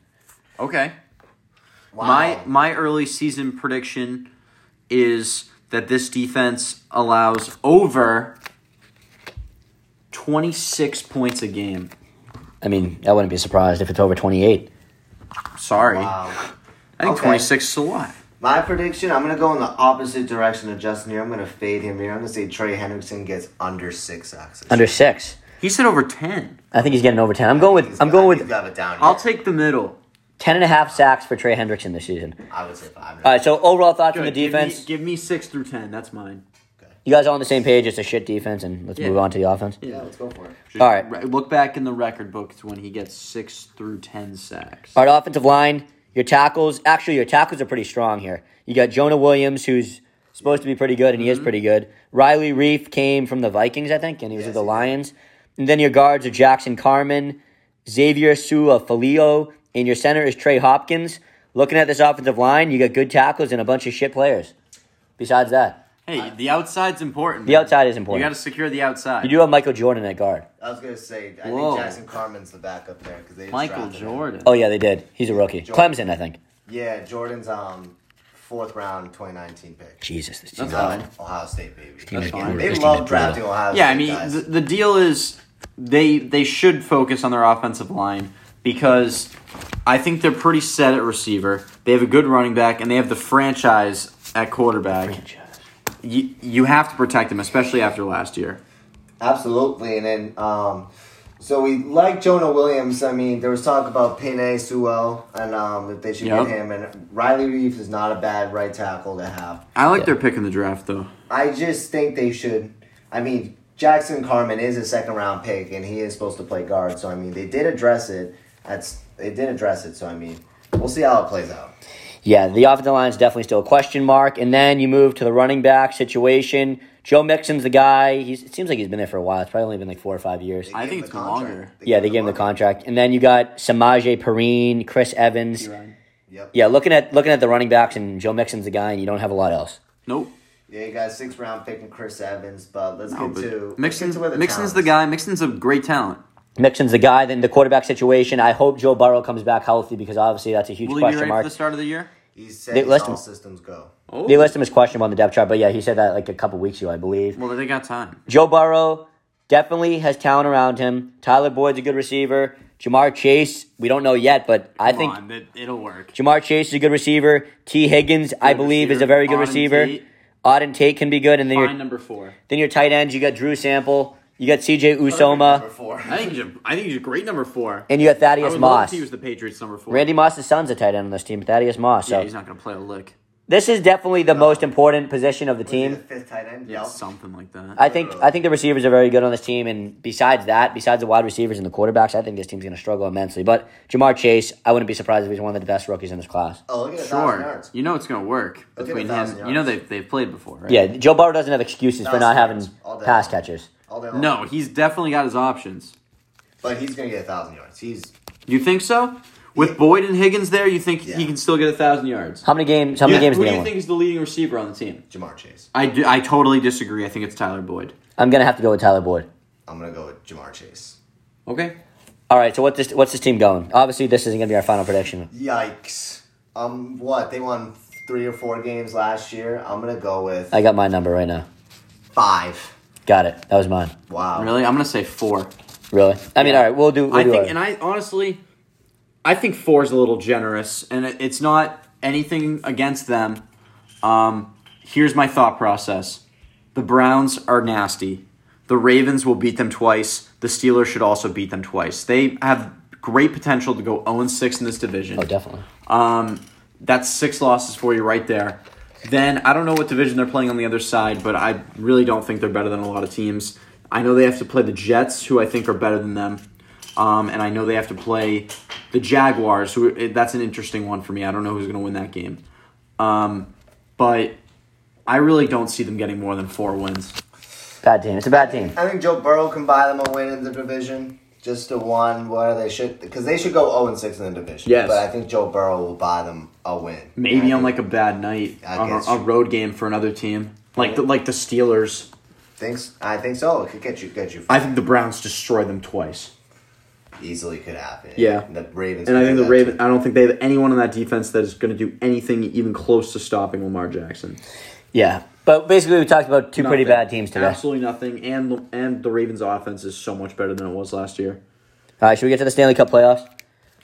Speaker 2: okay.
Speaker 3: Wow.
Speaker 2: My my early season prediction is that this defense allows over twenty six points a game.
Speaker 1: I mean, I wouldn't be surprised if it's over twenty-eight.
Speaker 2: Sorry,
Speaker 3: Wow.
Speaker 2: I think
Speaker 3: Okay.
Speaker 2: twenty six is a lot.
Speaker 3: My prediction, I'm going to go in the opposite direction of Justin here. I'm going to fade him here. I'm going to say Trey Hendrickson gets under six sacks.
Speaker 1: Under six,
Speaker 2: He said over ten.
Speaker 1: I think he's getting over ten. I'm going with. I'm going
Speaker 3: He's
Speaker 1: with
Speaker 3: got it down.
Speaker 2: I'll
Speaker 3: here.
Speaker 2: take the middle.
Speaker 1: ten and a half sacks for Trey Hendrickson this season.
Speaker 3: I would say five.
Speaker 1: All right. So overall thoughts on the
Speaker 2: Good, give me-
Speaker 1: defense.
Speaker 2: give me six through ten. That's mine.
Speaker 1: You guys all on the same page? It's a shit defense, and let's
Speaker 2: Yeah.
Speaker 1: move on to the offense.
Speaker 3: Yeah, let's go for it.
Speaker 2: Just
Speaker 1: All right.
Speaker 2: re- Look back in the record books when he gets six through ten sacks.
Speaker 1: All right, offensive line, your tackles. Actually, your tackles are pretty strong here. You got Jonah Williams, who's supposed to be pretty good, and
Speaker 2: Mm-hmm.
Speaker 1: he is pretty good. Riley Reef came from the Vikings, I think, and he was with the Lions. And then your guards are Jackson Carmen, Xavier Sua Falio, and your center is Trey Hopkins. Looking at this offensive line, you got good tackles and a bunch of shit players. Besides that,
Speaker 2: Hey, the outside's important.
Speaker 1: the outside is
Speaker 2: You got
Speaker 1: important.
Speaker 2: to secure the outside.
Speaker 1: You do have Michael Jordan at guard.
Speaker 3: I was going to say, I
Speaker 2: Whoa.
Speaker 3: think Jackson Carmen's the backup there because they just
Speaker 2: Michael
Speaker 3: drafted him.
Speaker 2: Jordan.
Speaker 1: Oh yeah, they did. He's a rookie.
Speaker 3: Jordan.
Speaker 1: Clemson, I think.
Speaker 3: Yeah, Jordan's um fourth round 2019 pick.
Speaker 1: Jesus, this team.
Speaker 2: That's
Speaker 1: is-
Speaker 2: fine.
Speaker 3: Ohio, Ohio State, baby.
Speaker 1: team is
Speaker 3: They
Speaker 1: brutal. This team
Speaker 3: love
Speaker 1: is brutal.
Speaker 3: drafting Ohio
Speaker 2: Yeah, I
Speaker 3: State
Speaker 2: mean
Speaker 3: guys.
Speaker 2: the, the deal is they they should focus on their offensive line because I think they're pretty set at receiver. They have a good running back and they have the franchise at quarterback. You, you have to protect them, especially after last year.
Speaker 3: Absolutely, and then um, so we like Jonah Williams. I mean, there was talk about Pinay Sewell and um, if they should
Speaker 2: Yep.
Speaker 3: get him. And Riley Reeves is not a bad right tackle to have.
Speaker 2: I like their pick in the draft though.
Speaker 3: I just think they should. I mean, Jackson Carmen is a second round pick, and he is supposed to play guard. So I mean, they did address it. That's they did address it. So I mean, we'll see how it plays out.
Speaker 1: Yeah, the offensive line is definitely still a question mark. And then you move to the running back situation. Joe Mixon's the guy. He's, it seems like he's been there for a while. It's probably only been like four or five years.
Speaker 2: I
Speaker 3: They
Speaker 2: think
Speaker 3: gave
Speaker 2: it's
Speaker 3: him
Speaker 2: been
Speaker 3: the contract.
Speaker 2: longer.
Speaker 1: yeah, they gave him the contract. And then you got Samaje Perine, Chris Evans.
Speaker 3: Yep.
Speaker 1: Yeah, looking at looking at the running backs and Joe Mixon's the guy, and you don't have a lot else.
Speaker 2: Nope.
Speaker 3: Yeah, you got six round pick and Chris Evans, but let's
Speaker 2: No,
Speaker 3: get
Speaker 2: but
Speaker 3: to let's get
Speaker 2: Mixon's,
Speaker 3: to where the
Speaker 2: Mixon's
Speaker 3: talent
Speaker 2: the
Speaker 3: is.
Speaker 2: guy. Mixon's a great talent.
Speaker 1: Mixon's the guy. Then the quarterback situation. I hope Joe Burrow comes back healthy because obviously that's a huge
Speaker 2: Will he be
Speaker 1: question
Speaker 2: ready
Speaker 1: mark.
Speaker 2: for the start of the year?
Speaker 3: He
Speaker 1: They-
Speaker 3: said he's
Speaker 1: listen.
Speaker 3: all systems go.
Speaker 2: Oh,
Speaker 1: They list him as questionable on the depth chart, but yeah, he said that like a couple weeks ago, I believe.
Speaker 2: well, they got time.
Speaker 1: Joe Burrow definitely has talent around him. Tyler Boyd's a good receiver. Jamar Chase, we don't know yet, but I
Speaker 2: Come
Speaker 1: think
Speaker 2: on, it, it'll work.
Speaker 1: Jamar Chase is a good receiver. T. Higgins, I
Speaker 2: Good
Speaker 1: believe, is
Speaker 2: receiver.
Speaker 1: a very good
Speaker 2: Auden
Speaker 1: receiver.
Speaker 2: Tate.
Speaker 1: Auden Tate can be good, and then
Speaker 2: Fine
Speaker 1: your
Speaker 2: number four.
Speaker 1: then your tight ends, you got Drew Sample, you got C.J.
Speaker 3: Number
Speaker 1: Usoma,
Speaker 3: four.
Speaker 2: I think he's a, I think he's a great number four.
Speaker 1: and you got
Speaker 2: I
Speaker 1: Thaddeus
Speaker 2: would love
Speaker 1: Moss.
Speaker 2: if he was the Patriots number four.
Speaker 1: Randy Moss's son's a tight end on this team, Thaddeus Moss.
Speaker 2: Yeah,
Speaker 1: So
Speaker 2: he's not going to play a lick.
Speaker 1: this is definitely the most important position of the
Speaker 3: Was he the
Speaker 1: team.
Speaker 3: fifth tight end.
Speaker 2: Yeah,
Speaker 3: Yep.
Speaker 2: something like that.
Speaker 1: I think I think the receivers are very good on this team, and besides that, besides the wide receivers and the quarterbacks, I think this team's going to struggle immensely. But Jamar Chase, I wouldn't be surprised if he's one of the best rookies in this class.
Speaker 3: Oh, look at that. thousand
Speaker 2: sure,
Speaker 3: yards.
Speaker 2: you know it's going to work
Speaker 3: at
Speaker 2: between
Speaker 3: 1,000
Speaker 2: him. You know
Speaker 3: yards.
Speaker 2: they've they've played before, right?
Speaker 1: Yeah, Joe Burrow doesn't have excuses for not
Speaker 3: Thousand
Speaker 1: having
Speaker 3: yards all day
Speaker 1: pass
Speaker 3: long.
Speaker 1: catchers.
Speaker 3: All day long.
Speaker 2: No, he's definitely got his options.
Speaker 3: but he's gonna get a thousand yards. He's
Speaker 2: You think so? With
Speaker 3: Yeah.
Speaker 2: Boyd and Higgins there, you think he
Speaker 3: Yeah.
Speaker 2: can still get a thousand yards?
Speaker 1: How many games? How many
Speaker 2: Yeah,
Speaker 1: games
Speaker 2: Who
Speaker 1: did
Speaker 2: do
Speaker 1: they
Speaker 2: you
Speaker 1: win?
Speaker 2: think is the leading receiver on the team?
Speaker 3: Jamar Chase.
Speaker 2: I, do, I totally disagree. I think it's Tyler Boyd.
Speaker 1: I'm going to have to go with Tyler Boyd.
Speaker 3: I'm gonna go with Jamar Chase.
Speaker 2: Okay.
Speaker 1: All right, so what's this? What's this team going? Obviously, this isn't going to be our final prediction.
Speaker 3: Yikes. Um, what they won three or four games last year. I'm gonna go with
Speaker 1: I got my number right now.
Speaker 3: five.
Speaker 1: Got it. That was mine.
Speaker 3: Wow.
Speaker 2: Really, I'm going to say four.
Speaker 1: Really? I mean, all right, we'll do. We'll
Speaker 2: I
Speaker 1: do
Speaker 2: think,
Speaker 1: our-
Speaker 2: and I honestly, I think four is a little generous, and it, it's not anything against them. Um, here's my thought process: the Browns are nasty. The Ravens will beat them twice. The Steelers should also beat them twice. They have great potential to go 0 6 in this division.
Speaker 1: oh, definitely.
Speaker 2: Um, that's six losses for you right there. Then I don't know what division they're playing on the other side, but I really don't think they're better than a lot of teams. I know they have to play the Jets, who I think are better than them, um, and I know they have to play the Jaguars. Who eh, that's an interesting one for me. I don't know who's going to win that game, um, but I really don't see them getting more than four wins.
Speaker 1: Bad team. It's a bad team.
Speaker 3: I think Joe Burrow can buy them a win in the division. Just to one where they should, because they should go zero and six in the division.
Speaker 2: Yes.
Speaker 3: but I think Joe Burrow will buy them a win.
Speaker 2: Maybe
Speaker 3: I
Speaker 2: on like a bad night,
Speaker 3: I
Speaker 2: on
Speaker 3: guess.
Speaker 2: a, a road game for another team, like the, like the Steelers.
Speaker 3: Thinks I think so. It could get you, get you
Speaker 2: I think the Browns destroy them twice.
Speaker 3: easily could happen.
Speaker 2: Yeah.
Speaker 3: the Ravens.
Speaker 2: And
Speaker 3: could
Speaker 2: I
Speaker 3: do
Speaker 2: think the
Speaker 3: that too.
Speaker 2: Ravens. I don't think they have anyone on that defense that is going to do anything even close to stopping Lamar Jackson.
Speaker 1: Yeah, but basically, we talked about two pretty
Speaker 2: Nothing.
Speaker 1: bad teams today.
Speaker 2: Absolutely nothing. And and the Ravens' offense is so much better than it was last year.
Speaker 1: All right, should we get to the Stanley Cup playoffs?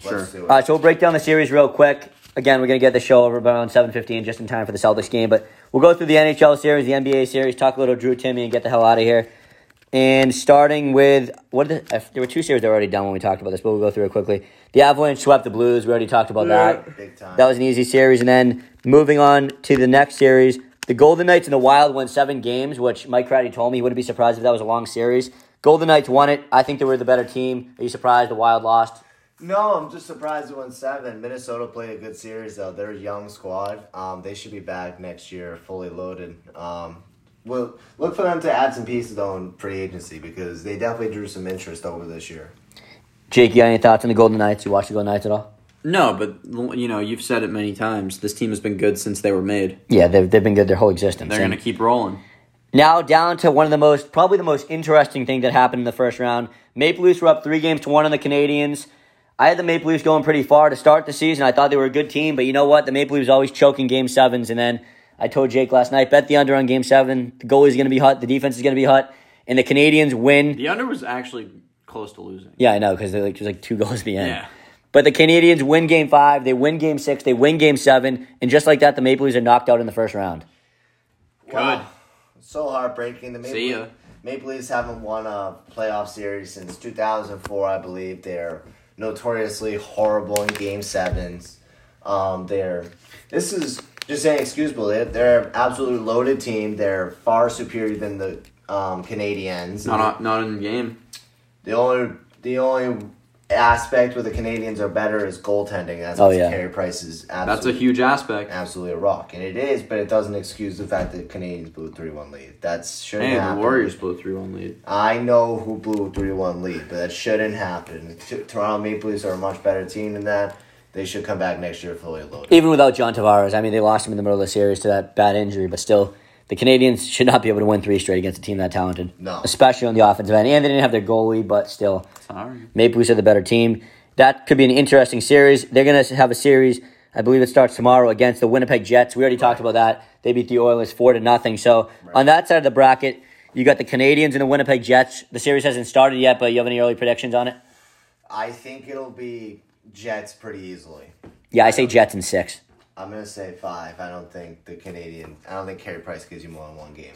Speaker 3: Let's
Speaker 2: Sure.
Speaker 3: do it.
Speaker 1: All right, so we'll break down the series real quick. Again, we're going to get the show over around 7.15 just in time for the Celtics game. But we'll go through the NHL series, the NBA series, talk a little Drew Timmy, and get the hell out of here. And starting with, what are the, uh, there were two series that were already done when we talked about this, but we'll go through it quickly. The Avalanche swept the Blues. We already talked about that.
Speaker 3: Big time.
Speaker 1: That was an easy series. And then moving on to the next series, the Golden Knights and the Wild won seven games, which Mike Crowdy told me he wouldn't be surprised if that was a long series. Golden Knights won it. I think they were the better team. Are you surprised the Wild lost?
Speaker 3: No, I'm just surprised it won seven. Minnesota played a good series though. They're a young squad. Um, they should be back next year, fully loaded. Um, well, look for them to add some pieces though in free agency because they definitely drew some interest over this year.
Speaker 1: Jake, you got any thoughts on the Golden Knights? You watch the Golden Knights at all?
Speaker 2: No, but you know you've said it many times. This team has been good since they were made.
Speaker 1: Yeah, they've, they've been good their whole existence.
Speaker 2: They're
Speaker 1: And
Speaker 2: going to keep rolling.
Speaker 1: now down to one of the most, probably the most interesting thing that happened in the first round. Maple Leafs were up three games to one on the Canadians. I had the Maple Leafs going pretty far to start the season. I thought they were a good team, but you know what? The Maple Leafs always choke in game sevens. And then I told Jake last night, bet the under on game seven. The goalie's going to be hot. The defense is going to be hot. And the Canadians win.
Speaker 2: The under was actually close to losing.
Speaker 1: Yeah, I know, because like, there's like two goals at the end.
Speaker 2: Yeah.
Speaker 1: But the Canadians win game five. They win game six. They win game seven. And just like that, the Maple Leafs are knocked out in the first round.
Speaker 2: Good.
Speaker 3: So heartbreaking. The Maple,
Speaker 2: See ya.
Speaker 3: Maple Leafs haven't won a playoff series since 2004, I believe. They're notoriously horrible in Game Sevens. Um, they're this is just inexcusable. They're, they're an absolutely loaded team. They're far superior than the um, Canadians.
Speaker 2: Not not in the game.
Speaker 3: The only the only aspect where the Canadians are better is goaltending. That's
Speaker 1: Oh,
Speaker 3: what
Speaker 1: yeah.
Speaker 3: Carey Price is absolutely
Speaker 2: That's a huge aspect.
Speaker 3: absolutely a rock, and it is. But it doesn't excuse the fact that Canadians blew a three-one lead. That shouldn't
Speaker 2: Hey, the
Speaker 3: happen.
Speaker 2: Warriors blew three one lead.
Speaker 3: I know who blew a three-one lead, but that shouldn't happen. T- Toronto Maple Leafs are a much better team than that. They should come back next year fully loaded.
Speaker 1: Even without John Tavares, I mean, they lost him in the middle of the series to that bad injury, but still, the Canadians should not be able to win three straight against a team that talented.
Speaker 3: No.
Speaker 1: Especially on the offensive end. And they didn't have their goalie, but still.
Speaker 2: Sorry.
Speaker 1: Maple Leafs are the better team. That could be an interesting series. They're going to have a series. I believe it starts tomorrow against the Winnipeg Jets. We already talked about that. They beat the Oilers four to nothing. So on that side of the bracket, you got the Canadians and the Winnipeg Jets. The series hasn't started yet, but you have any early predictions on it?
Speaker 3: I think it'll be Jets pretty easily.
Speaker 1: Yeah, I say Jets in six.
Speaker 3: I'm gonna say five. I don't think the Canadian. I don't think Carey Price gives you more than one game.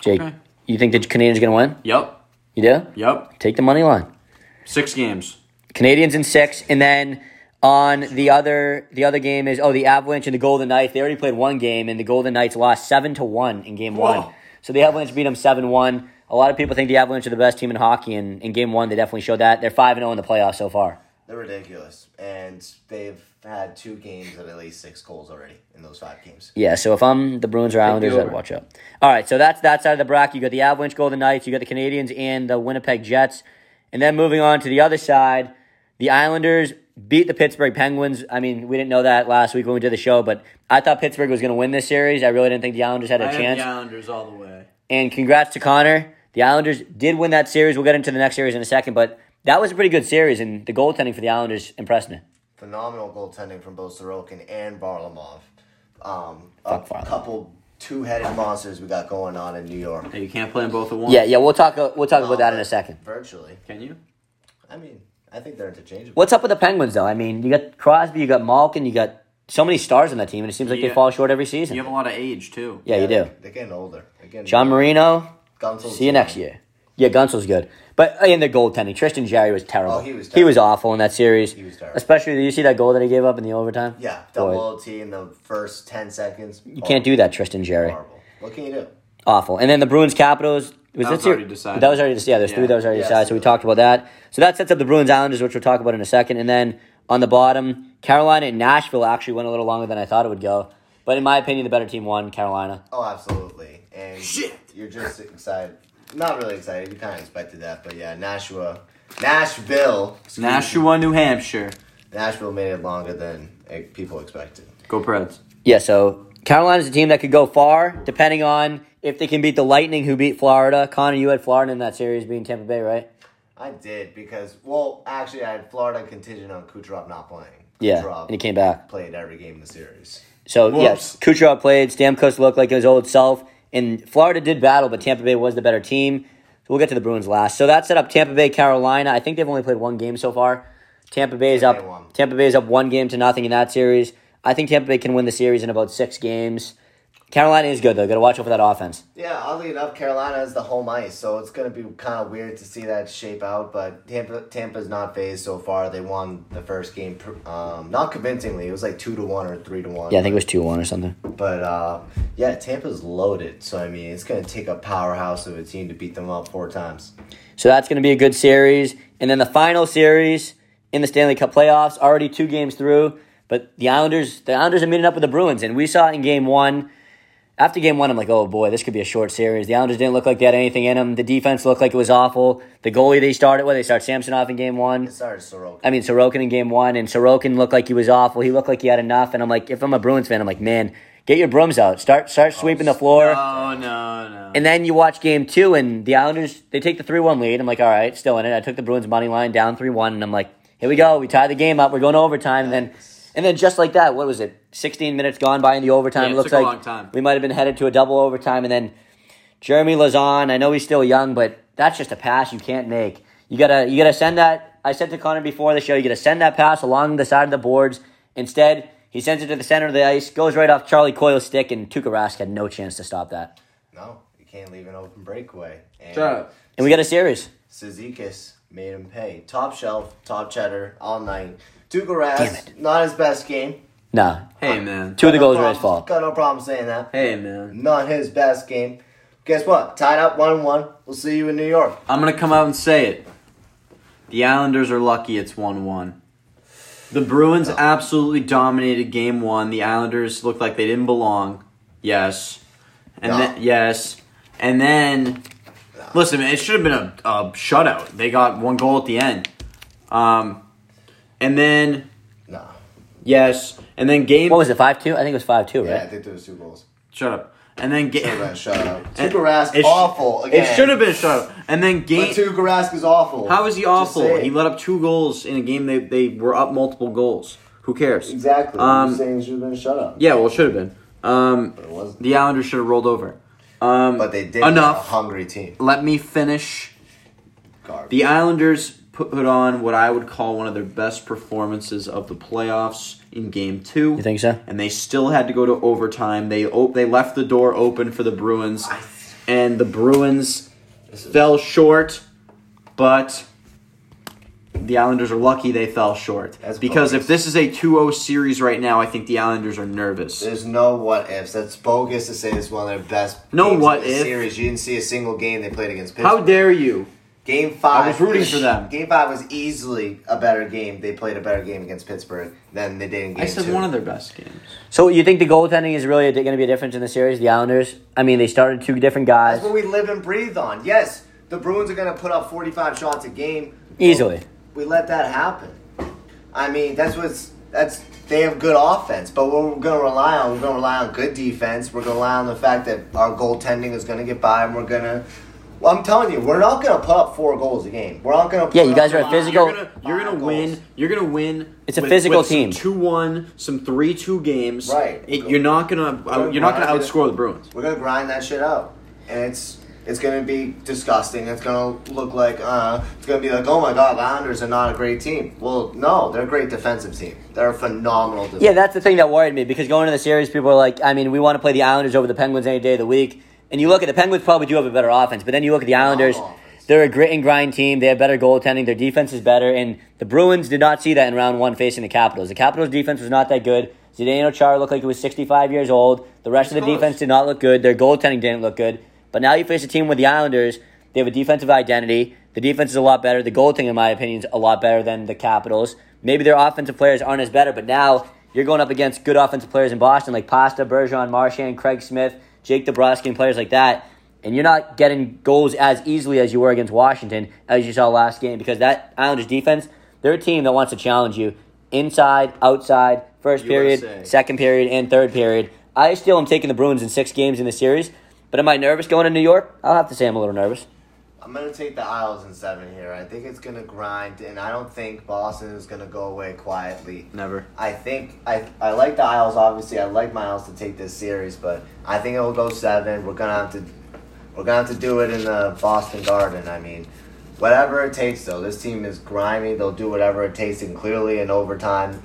Speaker 1: Jake,
Speaker 2: Okay.
Speaker 1: you think the Canadians are going to win?
Speaker 2: Yep.
Speaker 1: You do?
Speaker 2: Yep.
Speaker 1: Take the money line.
Speaker 2: Six games.
Speaker 1: Canadians in six, and then on the other the other game is oh the Avalanche and the Golden Knights. They already played one game, and the Golden Knights lost seven to one in game
Speaker 2: Whoa.
Speaker 1: one. So the Avalanche beat them seven one. A lot of people think the Avalanche are the best team in hockey, and in game one they definitely showed that. They're five and zero in the playoffs so far.
Speaker 3: They're ridiculous, and they've had two games at at least six goals already in those five games.
Speaker 1: Yeah, so if I'm the Bruins or Islanders, I'd
Speaker 2: over.
Speaker 1: watch out. All right, so that's that side of the bracket. You got the Avalanche, Golden Knights, you got the Canadians, and the Winnipeg Jets. And then moving on to the other side, the Islanders beat the Pittsburgh Penguins. I mean, we didn't know that last week when we did the show, but I thought Pittsburgh was going to win this series. I really didn't think the Islanders had a
Speaker 2: I had
Speaker 1: chance.
Speaker 2: the Islanders all the way.
Speaker 1: And congrats to Connor. The Islanders did win that series. We'll get into the next series in a second, but that was a pretty good series, and the goaltending for the Islanders impressed me.
Speaker 3: phenomenal goaltending from both Sorokin and Varlamov. Um,
Speaker 1: Fuck
Speaker 3: a
Speaker 1: Varlamov.
Speaker 3: couple two-headed monsters we got going on in New York.
Speaker 2: Hey, you can't play them both at once.
Speaker 1: Yeah, yeah, we'll talk. We'll talk about that in a second.
Speaker 3: Virtually,
Speaker 2: Can you?
Speaker 3: I mean, I think they're interchangeable.
Speaker 1: What's up with the Penguins though? I mean, you got Crosby, you got Malkin, you got so many stars on that team, and it seems like they
Speaker 2: Yeah.
Speaker 1: fall short every season.
Speaker 2: You have a lot of age too.
Speaker 1: yeah, you do.
Speaker 3: They're getting older. They're getting
Speaker 1: John Marino.
Speaker 3: Gunsel-
Speaker 1: See you next year. Yeah, Gunsel's good, but uh, in the goaltending, Tristan Jarry was terrible.
Speaker 3: Oh, he was
Speaker 1: awful in that series. He
Speaker 3: was terrible.
Speaker 1: Especially, did you see that goal that he gave up in the overtime?
Speaker 3: Yeah, double
Speaker 1: Boy,
Speaker 3: OT in the first ten seconds.
Speaker 1: you can't do that, Tristan Jarry.
Speaker 3: Horrible. What can you do?
Speaker 1: Awful. And then the Bruins Capitals. Was
Speaker 2: That
Speaker 1: this
Speaker 2: was
Speaker 1: your-
Speaker 2: already decided.
Speaker 1: That was already decided. Yeah, there's three
Speaker 2: Yeah.
Speaker 1: that was already
Speaker 3: Yeah,
Speaker 1: decided. So we
Speaker 3: absolutely.
Speaker 1: talked about that. So that sets up the Bruins Islanders, which we'll talk about in a second. And then on the bottom, Carolina and Nashville actually went a little longer than I thought it would go. But in my opinion, the better team won, Carolina.
Speaker 3: Oh, absolutely. And
Speaker 2: Shit.
Speaker 3: you're just excited. Not really excited. You kind of expected that, but yeah, Nashua, Nashville, excuse me.
Speaker 2: Nashua, New Hampshire.
Speaker 3: Nashville made it longer than eh, people expected.
Speaker 2: Go Preds.
Speaker 1: Yeah, so Carolina's a team that could go far, depending on if they can beat the Lightning, who beat Florida. Connor, you had Florida in that series being Tampa Bay, right?
Speaker 3: I did because well, actually, I had Florida contingent on Kucherov not playing.
Speaker 1: Yeah.
Speaker 3: Kucherov
Speaker 1: And he came back.
Speaker 3: played every game in the series.
Speaker 1: So yes,
Speaker 2: Whoops.
Speaker 1: Kucherov played. Stamkos looked like his old self, and Florida did battle, but Tampa Bay was the better team. So we'll get to the Bruins last. So that set up Tampa Bay, Carolina. I think they've only played one game so far. Tampa Bay is
Speaker 3: Tampa Bay won.
Speaker 1: up. Tampa Bay is up one game to nothing in that series. I think Tampa Bay can win the series in about six games. Carolina is good though. Got to watch out for that offense.
Speaker 3: Yeah, oddly enough, Carolina is the home ice, so it's gonna be kind of weird to see that shape out. But Tampa, Tampa's not phased so far. They won the first game, pr- um, not convincingly. It was like two to one or three to one.
Speaker 1: Yeah, I think it was two one or something.
Speaker 3: But uh, yeah, Tampa's loaded. So I mean, it's gonna take a powerhouse of a team to beat them up four times.
Speaker 1: So that's going to be a good series. And then the final series in the Stanley Cup playoffs, already two games through. But the Islanders, the Islanders are meeting up with the Bruins, and we saw in Game One. After Game One, I'm like, oh boy, this could be a short series. The Islanders didn't look like they had anything in them. The defense looked like it was awful. The goalie they started with, they start Samsonov in Game One.
Speaker 3: Sorry, Sorokin.
Speaker 1: I mean, Sorokin in game one, and Sorokin looked like he was awful. He looked like he had enough. And I'm like, if I'm a Bruins fan, I'm like, man, get your brooms out. Start start sweeping the floor.
Speaker 2: Oh no, no.
Speaker 1: And then you watch game two, and the Islanders they take the three one lead. I'm like, all right, still in it. I took the Bruins money line down three one, and I'm like, here we go. We tie the game up. We're going to overtime. And then, and then just like that, what was it? 16 minutes gone by in the overtime.
Speaker 2: Yeah, it
Speaker 1: looks
Speaker 2: took a
Speaker 1: like
Speaker 2: long time.
Speaker 1: we might have been headed to a double overtime. And then Jeremy Lazan, I know he's still young, but that's just a pass you can't make. You gotta, you gotta send that. I said to Connor before the show, you gotta send that pass along the side of the boards. Instead, he sends it to the center of the ice, goes right off Charlie Coyle's stick, and Tuukka Rask had no chance to stop that.
Speaker 3: No, you can't leave an open breakaway. And
Speaker 2: Shut up.
Speaker 1: And we got a series.
Speaker 3: Sizikis made him pay. Top shelf, top cheddar, all night. Tuukka
Speaker 1: Damn
Speaker 3: Rask,
Speaker 1: it.
Speaker 3: not his best game.
Speaker 1: No,
Speaker 2: Hey man.
Speaker 1: two of the
Speaker 3: Got no
Speaker 1: goals were his
Speaker 3: problems-
Speaker 1: fault.
Speaker 3: Got no problem saying that.
Speaker 2: Hey man.
Speaker 3: Not his best game. Guess what? Tied up one one. We'll see you in New York.
Speaker 2: I'm gonna come out and say it. The Islanders are lucky it's one one. The Bruins
Speaker 1: Oh.
Speaker 2: absolutely dominated game one. The Islanders looked like they didn't belong. Yes. And
Speaker 3: No.
Speaker 2: then yes. And then listen, man, it should have been a, a shutout. They got one goal at the end. Um and then
Speaker 3: No.
Speaker 2: yes. And then game
Speaker 1: What was it? Five two? I think it was five two,
Speaker 3: Yeah, I
Speaker 1: right?
Speaker 3: think there was two goals.
Speaker 2: shut up. And then game
Speaker 3: Tuukka Rask shut up.
Speaker 2: <laughs> and-
Speaker 3: Tuukka Rask
Speaker 2: it sh-
Speaker 3: awful again.
Speaker 2: It should have been a shutout. And then
Speaker 3: But
Speaker 2: game
Speaker 3: Tuukka Rask is awful.
Speaker 2: How is he
Speaker 3: Just
Speaker 2: awful?
Speaker 3: saying.
Speaker 2: He let up two goals in a game they, they were up multiple goals. Who cares?
Speaker 3: exactly.
Speaker 2: Um,
Speaker 3: I'm saying he should have been shut up.
Speaker 2: Yeah, well, it should have been. Um,
Speaker 3: But it wasn't.
Speaker 2: the Islanders should have rolled over. Um,
Speaker 3: But they did.
Speaker 2: Enough.
Speaker 3: A hungry team.
Speaker 2: Let me finish.
Speaker 3: Garbage.
Speaker 2: The Islanders put, put on what I would call one of their best performances of the playoffs in Game Two.
Speaker 1: You think so?
Speaker 2: And they still had to go to overtime. They o- they left the door open for the Bruins, and the Bruins fell short, but the Islanders are lucky they fell short.
Speaker 3: That's
Speaker 2: because
Speaker 3: bogus.
Speaker 2: if this is a 2-0 series right now, I think the Islanders are nervous.
Speaker 3: There's no what ifs. That's bogus to say this is one of their best.
Speaker 2: No
Speaker 3: games of
Speaker 2: what
Speaker 3: the
Speaker 2: if.
Speaker 3: series. You didn't see a single game they played against Pittsburgh.
Speaker 2: How dare you?
Speaker 3: game five?
Speaker 2: I was rooting for them.
Speaker 3: Game five was easily a better game. They played a better game against Pittsburgh than they did in game
Speaker 2: I said
Speaker 3: two.
Speaker 2: one of their best games.
Speaker 1: So you think the goaltending is really going to be a difference in the series? The Islanders. I mean, they started two different guys
Speaker 3: That's what we live and breathe on. Yes, the Bruins are going to put up 45 shots a game.
Speaker 1: easily.
Speaker 3: We let that happen. I mean, that's what's that's they have good offense, but what we're going to rely on, we're going to rely on good defense. We're going to rely on the fact that our goaltending is going to get by, and we're going to. Well, I'm telling you, we're not going to put up four goals a game. We're not going to.
Speaker 1: Yeah, you guys are a
Speaker 3: up
Speaker 1: physical-
Speaker 2: You're gonna, you're gonna
Speaker 3: Five
Speaker 2: win.
Speaker 3: goals.
Speaker 2: You're gonna win.
Speaker 1: It's a physical team.
Speaker 2: Two one, some three two games.
Speaker 3: Right.
Speaker 2: It- you're not gonna. uh,
Speaker 3: We're
Speaker 2: you're not gonna
Speaker 3: grinding.
Speaker 2: outscore the Bruins.
Speaker 3: We're gonna grind that shit out, and it's it's gonna be disgusting. It's gonna look like uh, it's gonna be like, oh my god, the Islanders are not a great team. Well, no, they're a great defensive team. They're a phenomenal. Defense.
Speaker 1: Yeah, that's the thing that worried me because going into the series, people are like, I mean, we want to play the Islanders over the Penguins any day of the week. And you look at the Penguins probably do have a better offense, but then you look at the Islanders,
Speaker 3: offense.
Speaker 1: they're a grit and grind team. They have better goaltending. Their defense is better, and the Bruins did not see that in round one facing the Capitals. The Capitals' defense was not that good. Zdeno Char looked like he was 65 years old. The rest of the
Speaker 2: close.
Speaker 1: defense did not look good. Their goaltending didn't look good. But now you face a team with the Islanders. They have a defensive identity. The defense is a lot better. The goaltending, in my opinion, is a lot better than the Capitals. Maybe their offensive players aren't as better, but now you're going up against good offensive players in Boston like Pasta, Bergeron, Marchand, Craig Smith, Jake DeBrusque, and players like that. And you're not getting goals as easily as you were against Washington, as you saw last game, because that Islanders defense, they're a team that wants to challenge you inside, outside, first
Speaker 2: USA.
Speaker 1: period, second period, and third period. I still am taking the Bruins in six games in the series, but am I nervous going to New York? I'll have to say I'm a little nervous.
Speaker 3: I'm gonna take the Isles in seven here. I think it's gonna grind, and I don't think Boston is gonna go away quietly.
Speaker 2: Never.
Speaker 3: I think I I like the Isles. Obviously, I like my Isles to take this series, but I think it will go seven. We're gonna have to we're gonna have to do it in the Boston Garden. I mean, whatever it takes. Though this team is grimy, they'll do whatever it takes. And clearly, in overtime,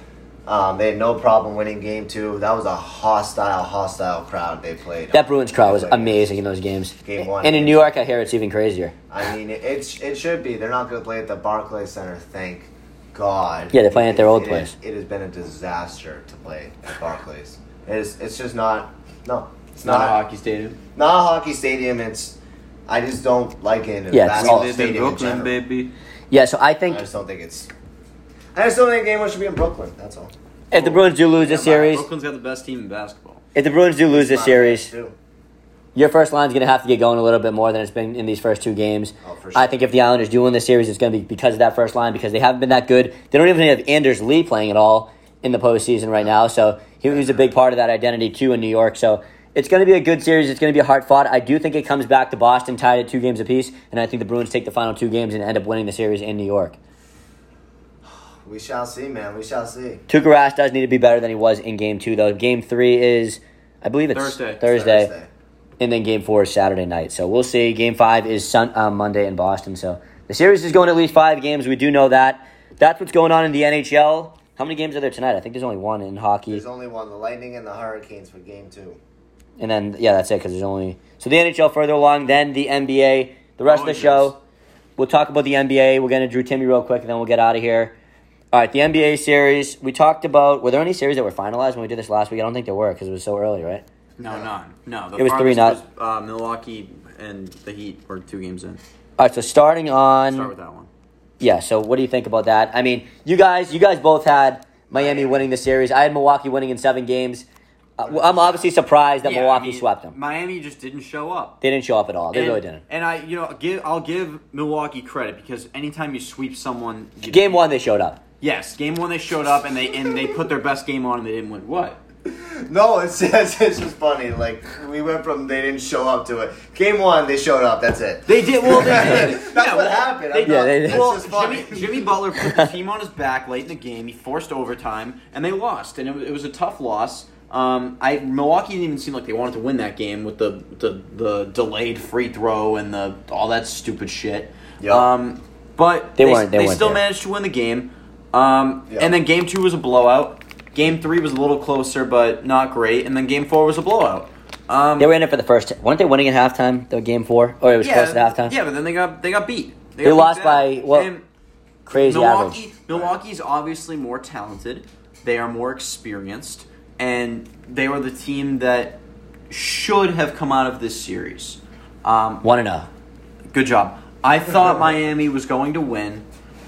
Speaker 3: um, they had no problem winning game two. That was a hostile, hostile crowd they played.
Speaker 1: That Bruins crowd was amazing in those games.
Speaker 3: Game one.
Speaker 1: And in New York, I hear it's even crazier.
Speaker 3: I mean, it, it, it should be. They're not going to play at the Barclays Center, thank God.
Speaker 1: Yeah, they're playing at their old
Speaker 3: It-
Speaker 1: place.
Speaker 3: It, has been a disaster to play at Barclays. It's, it's just not, no. It's
Speaker 2: It's not
Speaker 3: not,
Speaker 2: a hockey stadium.
Speaker 3: not a hockey stadium. It's, I just don't like it. in a
Speaker 1: Yeah, it's
Speaker 3: basketball
Speaker 1: all-
Speaker 2: They did
Speaker 3: Oh, stadium in general.
Speaker 2: baby.
Speaker 1: Yeah, so I
Speaker 3: I
Speaker 1: think
Speaker 3: just don't think it's, I just don't think anyone should be in Brooklyn. That's all.
Speaker 1: if the Bruins do lose this series,
Speaker 2: Brooklyn's got the best team in basketball.
Speaker 1: if the Bruins do lose this
Speaker 3: My
Speaker 1: series,
Speaker 3: bad, too.
Speaker 1: your first line's going to have to get going a little bit more than it's been in these first two games.
Speaker 3: Oh, for
Speaker 1: I
Speaker 3: sure.
Speaker 1: think if the Islanders do win this series, it's going to be because of that first line because they haven't been that good. They don't even have Anders Lee playing at all in the postseason right now, so he was a big part of that identity too in New York. So it's going to be a good series. It's going to be a hard fought. I do think it comes back to Boston tied at two games apiece, and I think the Bruins take the final two games and end up winning the series in New York.
Speaker 3: We shall see, man. We shall see.
Speaker 1: Tuukka Rask does need to be better than he was in game two, though. Game three is, I believe it's
Speaker 2: Thursday.
Speaker 1: Thursday, and then game four is Saturday night. So we'll see. Game five is sun, uh, Monday in Boston. So the series is going at least five games. We do know that. That's what's going on in the NHL. How many games are there tonight? I think there's only one in hockey.
Speaker 3: There's only one, the Lightning and the Hurricanes for game two.
Speaker 1: And then yeah, that's it because there's only so the NHL further along, then the NBA. The rest of the
Speaker 2: Oh, yes.
Speaker 1: show, we'll talk about the NBA. We'll get into Drew Timmy real quick, and then we'll get out of here. All right, the NBA series. We talked about were there any series that were finalized when we did this last week? I don't think there were because it was so early, right?
Speaker 2: No, none. No. The
Speaker 1: It was three
Speaker 2: farthest was, uh, Milwaukee and the Heat were two games in.
Speaker 1: All right, so starting on
Speaker 2: Start with that one.
Speaker 1: yeah. So what do you think about that? I mean, you guys, you guys both had Miami winning the series. I had Milwaukee winning in seven games. Uh, well, I'm obviously surprised that
Speaker 2: Yeah,
Speaker 1: Milwaukee
Speaker 2: I mean,
Speaker 1: swept them.
Speaker 2: Miami just didn't show up.
Speaker 1: They didn't show up at all. They really didn't.
Speaker 2: And I, you know, give I'll give Milwaukee credit because anytime you sweep someone, you-
Speaker 1: Game one, they showed up.
Speaker 2: yes, game one they showed up and they and they put their best game on and they didn't win. What?
Speaker 3: No, it's <laughs> just, it's just funny. Like, we went from they didn't show up to it. Game one, they showed up. That's it.
Speaker 2: They did. Well, they did.
Speaker 3: That's
Speaker 2: Yeah,
Speaker 3: what
Speaker 2: well,
Speaker 3: happened. I'm
Speaker 1: Yeah,
Speaker 3: not-
Speaker 1: they did.
Speaker 3: It's
Speaker 2: Well,
Speaker 3: just funny.
Speaker 2: Jimmy, Jimmy Butler put the team on his back late in the game. He forced overtime, and they lost. And it, wa- it was a tough loss. Um, I Milwaukee didn't even seem like they wanted to win that game with the the, the delayed free throw and the all that stupid shit.
Speaker 3: Yeah.
Speaker 2: Um, but
Speaker 1: They
Speaker 2: they,
Speaker 1: weren't- they
Speaker 2: they
Speaker 1: weren't
Speaker 2: still
Speaker 1: there.
Speaker 2: managed to win the game. Um,
Speaker 3: Yeah.
Speaker 2: And then game two was a blowout. Game three was a little closer, but not great. And then game four was a blowout. Um,
Speaker 1: They were in it for the first. Weren't they winning at halftime? The game four, or it was close at halftime.
Speaker 2: Yeah, but then they got they got beat.
Speaker 1: They
Speaker 2: got beat
Speaker 1: lost
Speaker 2: bad.
Speaker 1: by, well,
Speaker 2: And-
Speaker 1: Crazy
Speaker 2: Milwaukee,
Speaker 1: average.
Speaker 2: Milwaukee's obviously more talented. They are more experienced, and they were the team that should have come out of this series. Um,
Speaker 1: One and oh. zero.
Speaker 2: good job. I
Speaker 1: <laughs>
Speaker 2: thought Miami was going to win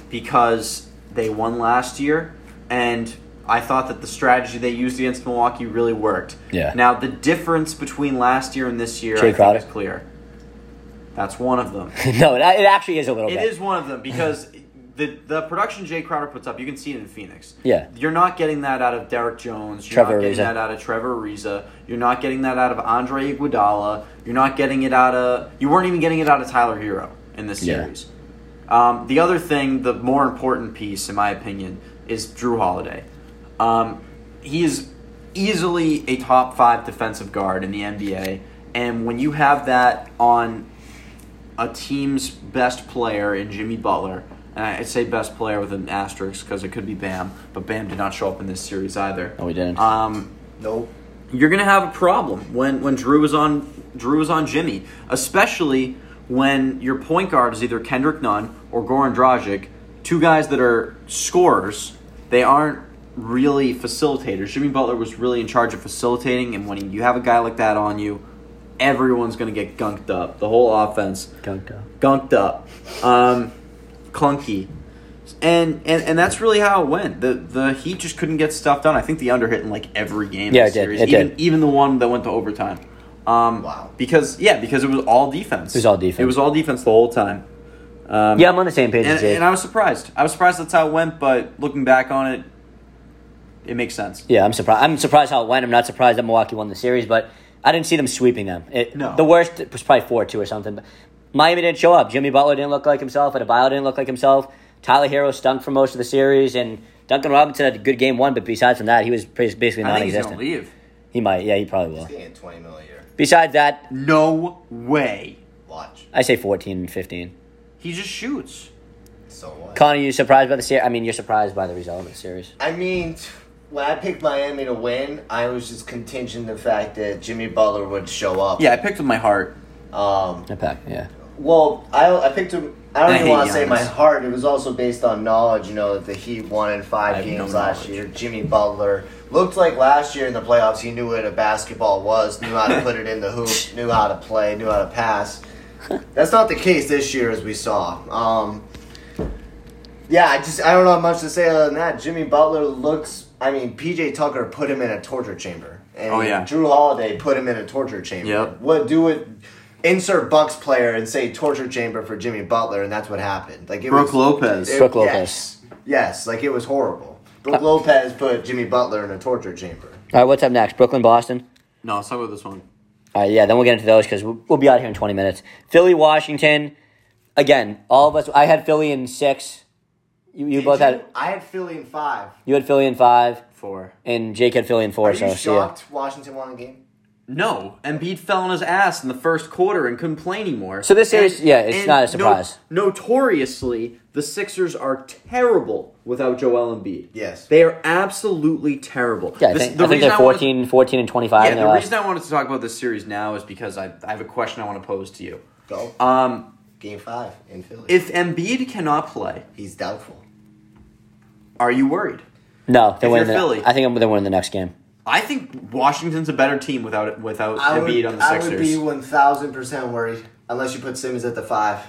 Speaker 2: because they won last year, and I thought that the strategy they used against Milwaukee really worked.
Speaker 1: Yeah.
Speaker 2: Now the difference between last year and this year
Speaker 1: Jay
Speaker 2: I
Speaker 1: Crowder?
Speaker 2: think is clear. That's one of them.
Speaker 1: <laughs> no, it, it actually is a little
Speaker 2: It
Speaker 1: bit.
Speaker 2: is one of them because the the production Jay Crowder puts up, you can see it in Phoenix.
Speaker 1: Yeah.
Speaker 2: you're not getting that out of Derek Jones. You're
Speaker 1: Trevor
Speaker 2: not getting
Speaker 1: Ariza.
Speaker 2: that out of Trevor Ariza. You're not getting that out of Andre Iguodala. You're not getting it out of. You weren't even getting it out of Tyler Hero in this
Speaker 1: Yeah.
Speaker 2: series. Um, the other thing, the more important piece, in my opinion, is Drew Holiday. Um, he is easily a top five defensive guard in the NBA, and when you have that on a team's best player in Jimmy Butler, and I I say best player with an asterisk because it could be Bam, but Bam did not show up in this series either.
Speaker 1: No, we didn't.
Speaker 2: Um,
Speaker 3: Nope.
Speaker 2: you're gonna have a problem when when Drew is on Drew is on Jimmy, especially when your point guard is either Kendrick Nunn or Goran Dragic, two guys that are scorers. They aren't really facilitators. Jimmy Butler was really in charge of facilitating, and when you have a guy like that on you, everyone's gonna get gunked up. The whole offense
Speaker 1: Gunked up.
Speaker 2: gunked up, um, clunky, and, and and that's really how it went. The the Heat just couldn't get stuff done. I think the under hit in like every game.
Speaker 1: Yeah,
Speaker 2: in the
Speaker 1: it did.
Speaker 2: series,
Speaker 1: It
Speaker 2: even,
Speaker 1: did.
Speaker 2: Even the one that went to overtime. Um,
Speaker 3: Wow.
Speaker 2: Because yeah, because it was all defense. It
Speaker 1: was all defense.
Speaker 2: It was all defense the whole time. Um,
Speaker 1: Yeah, I'm on the same page
Speaker 2: and,
Speaker 1: as you.
Speaker 2: and I was surprised. I was surprised that's how it went, but looking back on it, it makes sense.
Speaker 1: yeah, I'm surprised. I'm surprised how it went. I'm not surprised that Milwaukee won the series, but I didn't see them sweeping them. It,
Speaker 2: No.
Speaker 1: The worst was probably four two or something. But Miami didn't show up. Jimmy Butler didn't look like himself. Adebayo didn't look like himself. Tyler Hero stunk for most of the series, and Duncan Robinson had a good game one, but besides from that, he was pretty- basically
Speaker 2: I think he's gonna
Speaker 1: non-existent.
Speaker 2: leave.
Speaker 1: He might. Yeah, he probably will.
Speaker 3: He's getting 20 mil a year.
Speaker 1: Besides that,
Speaker 2: No way.
Speaker 3: Watch.
Speaker 1: I say 14 and 15.
Speaker 2: He just shoots.
Speaker 3: So what?
Speaker 1: Connor, you surprised by the series? I mean, you're surprised by the result of the series.
Speaker 3: I mean, t- when I picked Miami to win, I was just contingent the fact that Jimmy Butler would show up.
Speaker 2: Yeah, I picked with my heart.
Speaker 3: Um,
Speaker 1: Impact, yeah.
Speaker 3: well, I, I picked him. I don't
Speaker 2: I
Speaker 3: even
Speaker 2: hate
Speaker 3: want to say
Speaker 2: Giannis.
Speaker 3: my heart. It was also based on knowledge, you know, that the Heat won in
Speaker 2: I
Speaker 3: five
Speaker 2: have
Speaker 3: games
Speaker 2: no
Speaker 3: last
Speaker 2: knowledge.
Speaker 3: year. Jimmy Butler looked like last year in the playoffs. He knew what a basketball was, knew how to put it
Speaker 2: <laughs>
Speaker 3: in the hoop, knew how to play, knew how to pass. That's not the case this year, as we saw. Um, yeah, I just I don't know much to say other than that. Jimmy Butler looks. I mean, PJ Tucker put him in a torture chamber, and
Speaker 2: Oh, yeah.
Speaker 3: Drew Holiday put him in a torture chamber.
Speaker 2: Yep.
Speaker 3: What do it? Insert Bucks player and say torture chamber for Jimmy Butler, and that's what happened. Like it
Speaker 2: Brooke
Speaker 3: was,
Speaker 2: Lopez. Uh,
Speaker 3: it-
Speaker 1: Brooke Lopez.
Speaker 3: Yes, yes, like it was horrible. Brooke Lopez put Jimmy Butler in a torture chamber.
Speaker 1: All right, what's up next? Brooklyn, Boston.
Speaker 2: No, let's talk about this one.
Speaker 1: All right, Uh, yeah, then we'll get into those because we'll, we'll be out here in 20 minutes. Philly, Washington. Again, all of us, I had Philly in six. You, you
Speaker 3: Did
Speaker 1: both had
Speaker 3: I had Philly in five.
Speaker 1: you had Philly in five,
Speaker 2: Four.
Speaker 1: and Jake had Philly in four.
Speaker 3: Are
Speaker 1: so
Speaker 3: you
Speaker 1: see ya.
Speaker 3: shocked Washington won the game?
Speaker 2: No, Embiid fell on his ass in the first quarter and couldn't play anymore.
Speaker 1: So this series-
Speaker 2: And-
Speaker 1: yeah, it's
Speaker 2: and
Speaker 1: not a surprise.
Speaker 2: no- notoriously, the Sixers are terrible without Joel Embiid.
Speaker 3: Yes.
Speaker 2: they are absolutely terrible.
Speaker 1: Yeah, I
Speaker 2: This-
Speaker 1: think, I think they're
Speaker 2: reason wanted-
Speaker 1: 14, 14 and twenty five.
Speaker 2: yeah,
Speaker 1: in
Speaker 2: the
Speaker 1: their last-
Speaker 2: reason I wanted to talk about this series now is because I, I have a question I want to pose to you.
Speaker 3: Go.
Speaker 2: Um,
Speaker 3: game five in Philly.
Speaker 2: if Embiid cannot play,
Speaker 3: He's doubtful.
Speaker 2: are you worried?
Speaker 1: no, they're
Speaker 2: you're
Speaker 1: winning. The,
Speaker 2: Philly-
Speaker 1: I think I'm- they're winning the next game.
Speaker 2: I think Washington's a better team without without
Speaker 3: I would,
Speaker 2: Embiid on the
Speaker 3: I
Speaker 2: Sixers.
Speaker 3: would be 1,000% worried unless you put Simmons at the five.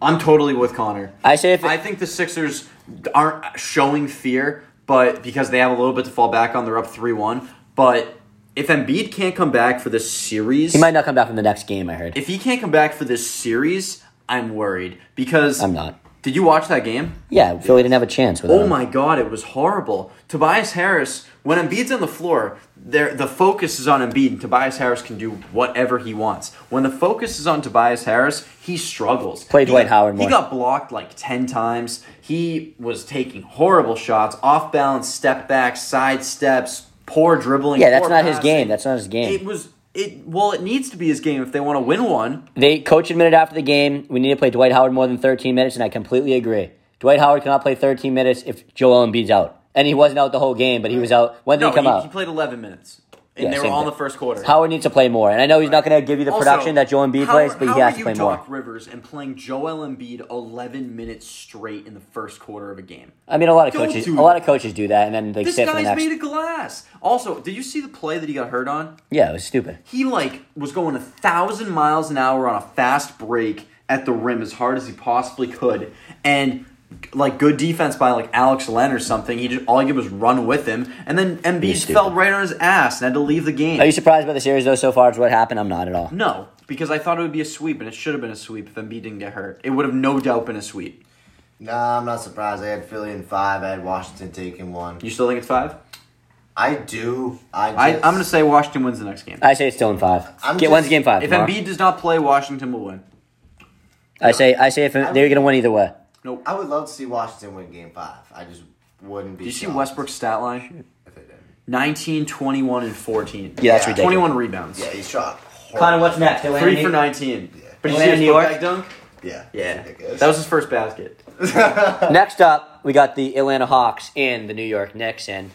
Speaker 2: I'm totally with Connor.
Speaker 1: I say if
Speaker 2: I think the Sixers aren't showing fear, but because they have a little bit to fall back on, they're up three one. But if Embiid can't come back for this series,
Speaker 1: he might not come back from the next game. I heard.
Speaker 2: if he can't come back for this series, I'm worried because
Speaker 1: I'm not.
Speaker 2: Did you watch that game?
Speaker 1: Yeah, Philly didn't have a chance with
Speaker 2: Oh
Speaker 1: him.
Speaker 2: my god, it was horrible. Tobias Harris, when Embiid's on the floor, there the focus is on Embiid, and Tobias Harris can do whatever he wants. When the focus is on Tobias Harris, he struggles.
Speaker 1: Play
Speaker 2: he,
Speaker 1: Dwight Howard
Speaker 2: He
Speaker 1: more.
Speaker 2: got blocked like ten times. He was taking horrible shots, off balance, step back, side steps, poor dribbling.
Speaker 1: Yeah, that's
Speaker 2: poor
Speaker 1: not his
Speaker 2: passing.
Speaker 1: game. That's not his game.
Speaker 2: It was it. Well, it needs to be his game if they want to win one.
Speaker 1: They coach admitted after the game we need to play Dwight Howard more than 13 minutes, and I completely agree. Dwight Howard cannot play 13 minutes if Joel Embiid's out, and he wasn't out the whole game, but he was out. When did
Speaker 2: No,
Speaker 1: he come
Speaker 2: he,
Speaker 1: out?
Speaker 2: he played eleven minutes, and
Speaker 1: Yeah,
Speaker 2: they were
Speaker 1: same
Speaker 2: all in
Speaker 1: thing.
Speaker 2: the first quarter.
Speaker 1: Howard needs to play more, and I know he's not going to give you the production that Joel Embiid
Speaker 2: how,
Speaker 1: plays, but
Speaker 2: how
Speaker 1: he has
Speaker 2: are
Speaker 1: to
Speaker 2: you
Speaker 1: play
Speaker 2: Doc
Speaker 1: more.
Speaker 2: Rivers and playing Joel Embiid 11 minutes straight in the first quarter of a game.
Speaker 1: I mean, a lot of
Speaker 2: Don't
Speaker 1: coaches,
Speaker 2: do
Speaker 1: a lot
Speaker 2: that.
Speaker 1: of coaches do that, and then they
Speaker 2: This
Speaker 1: sit for the
Speaker 2: guy's
Speaker 1: next.
Speaker 2: made of glass. Also, did you see the play that he got hurt on?
Speaker 1: yeah, it was stupid.
Speaker 2: He like was going a thousand miles an hour on a fast break at the rim as hard as he possibly could, and like good defense by like Alex Len or something. He just all he did was run with him, and then
Speaker 1: You're
Speaker 2: Embiid
Speaker 1: stupid.
Speaker 2: fell right on his ass and had to leave the game.
Speaker 1: Are you surprised by the series though so far? Is what happened? I'm not at all.
Speaker 2: No, because I thought it would be a sweep, and it should have been a sweep if Embiid didn't get hurt. It would have no doubt been a sweep.
Speaker 3: Nah, I'm not surprised. I had Philly in five. I had Washington taking one.
Speaker 2: You still think it's five?
Speaker 3: I do. I, just,
Speaker 2: I, I'm going to say Washington wins the next game.
Speaker 1: I say it's still in 5
Speaker 3: I'm
Speaker 1: Get
Speaker 3: just-
Speaker 1: when's game five.
Speaker 2: If
Speaker 1: tomorrow?
Speaker 2: Embiid does not play, Washington will win.
Speaker 1: I say, I say if they're going to win either way.
Speaker 2: Nope.
Speaker 3: I would love to see Washington win game five. I just wouldn't be.
Speaker 2: Did you see
Speaker 3: shocked
Speaker 2: Westbrook's stat line?
Speaker 3: if they didn't.
Speaker 2: 19, 21, and 14.
Speaker 1: Yeah, that's
Speaker 3: Yeah.
Speaker 1: ridiculous.
Speaker 2: 21 rebounds.
Speaker 3: Yeah, he's shot.
Speaker 2: <laughs>
Speaker 1: Connor, what's next?
Speaker 2: Three for 19. But you see
Speaker 1: Atlanta,
Speaker 2: his
Speaker 1: New York?
Speaker 2: putback dunk?
Speaker 3: Yeah.
Speaker 2: Yeah.
Speaker 3: I guess.
Speaker 2: That was his first basket.
Speaker 1: Next up, we got the Atlanta Hawks and the New York Knicks. And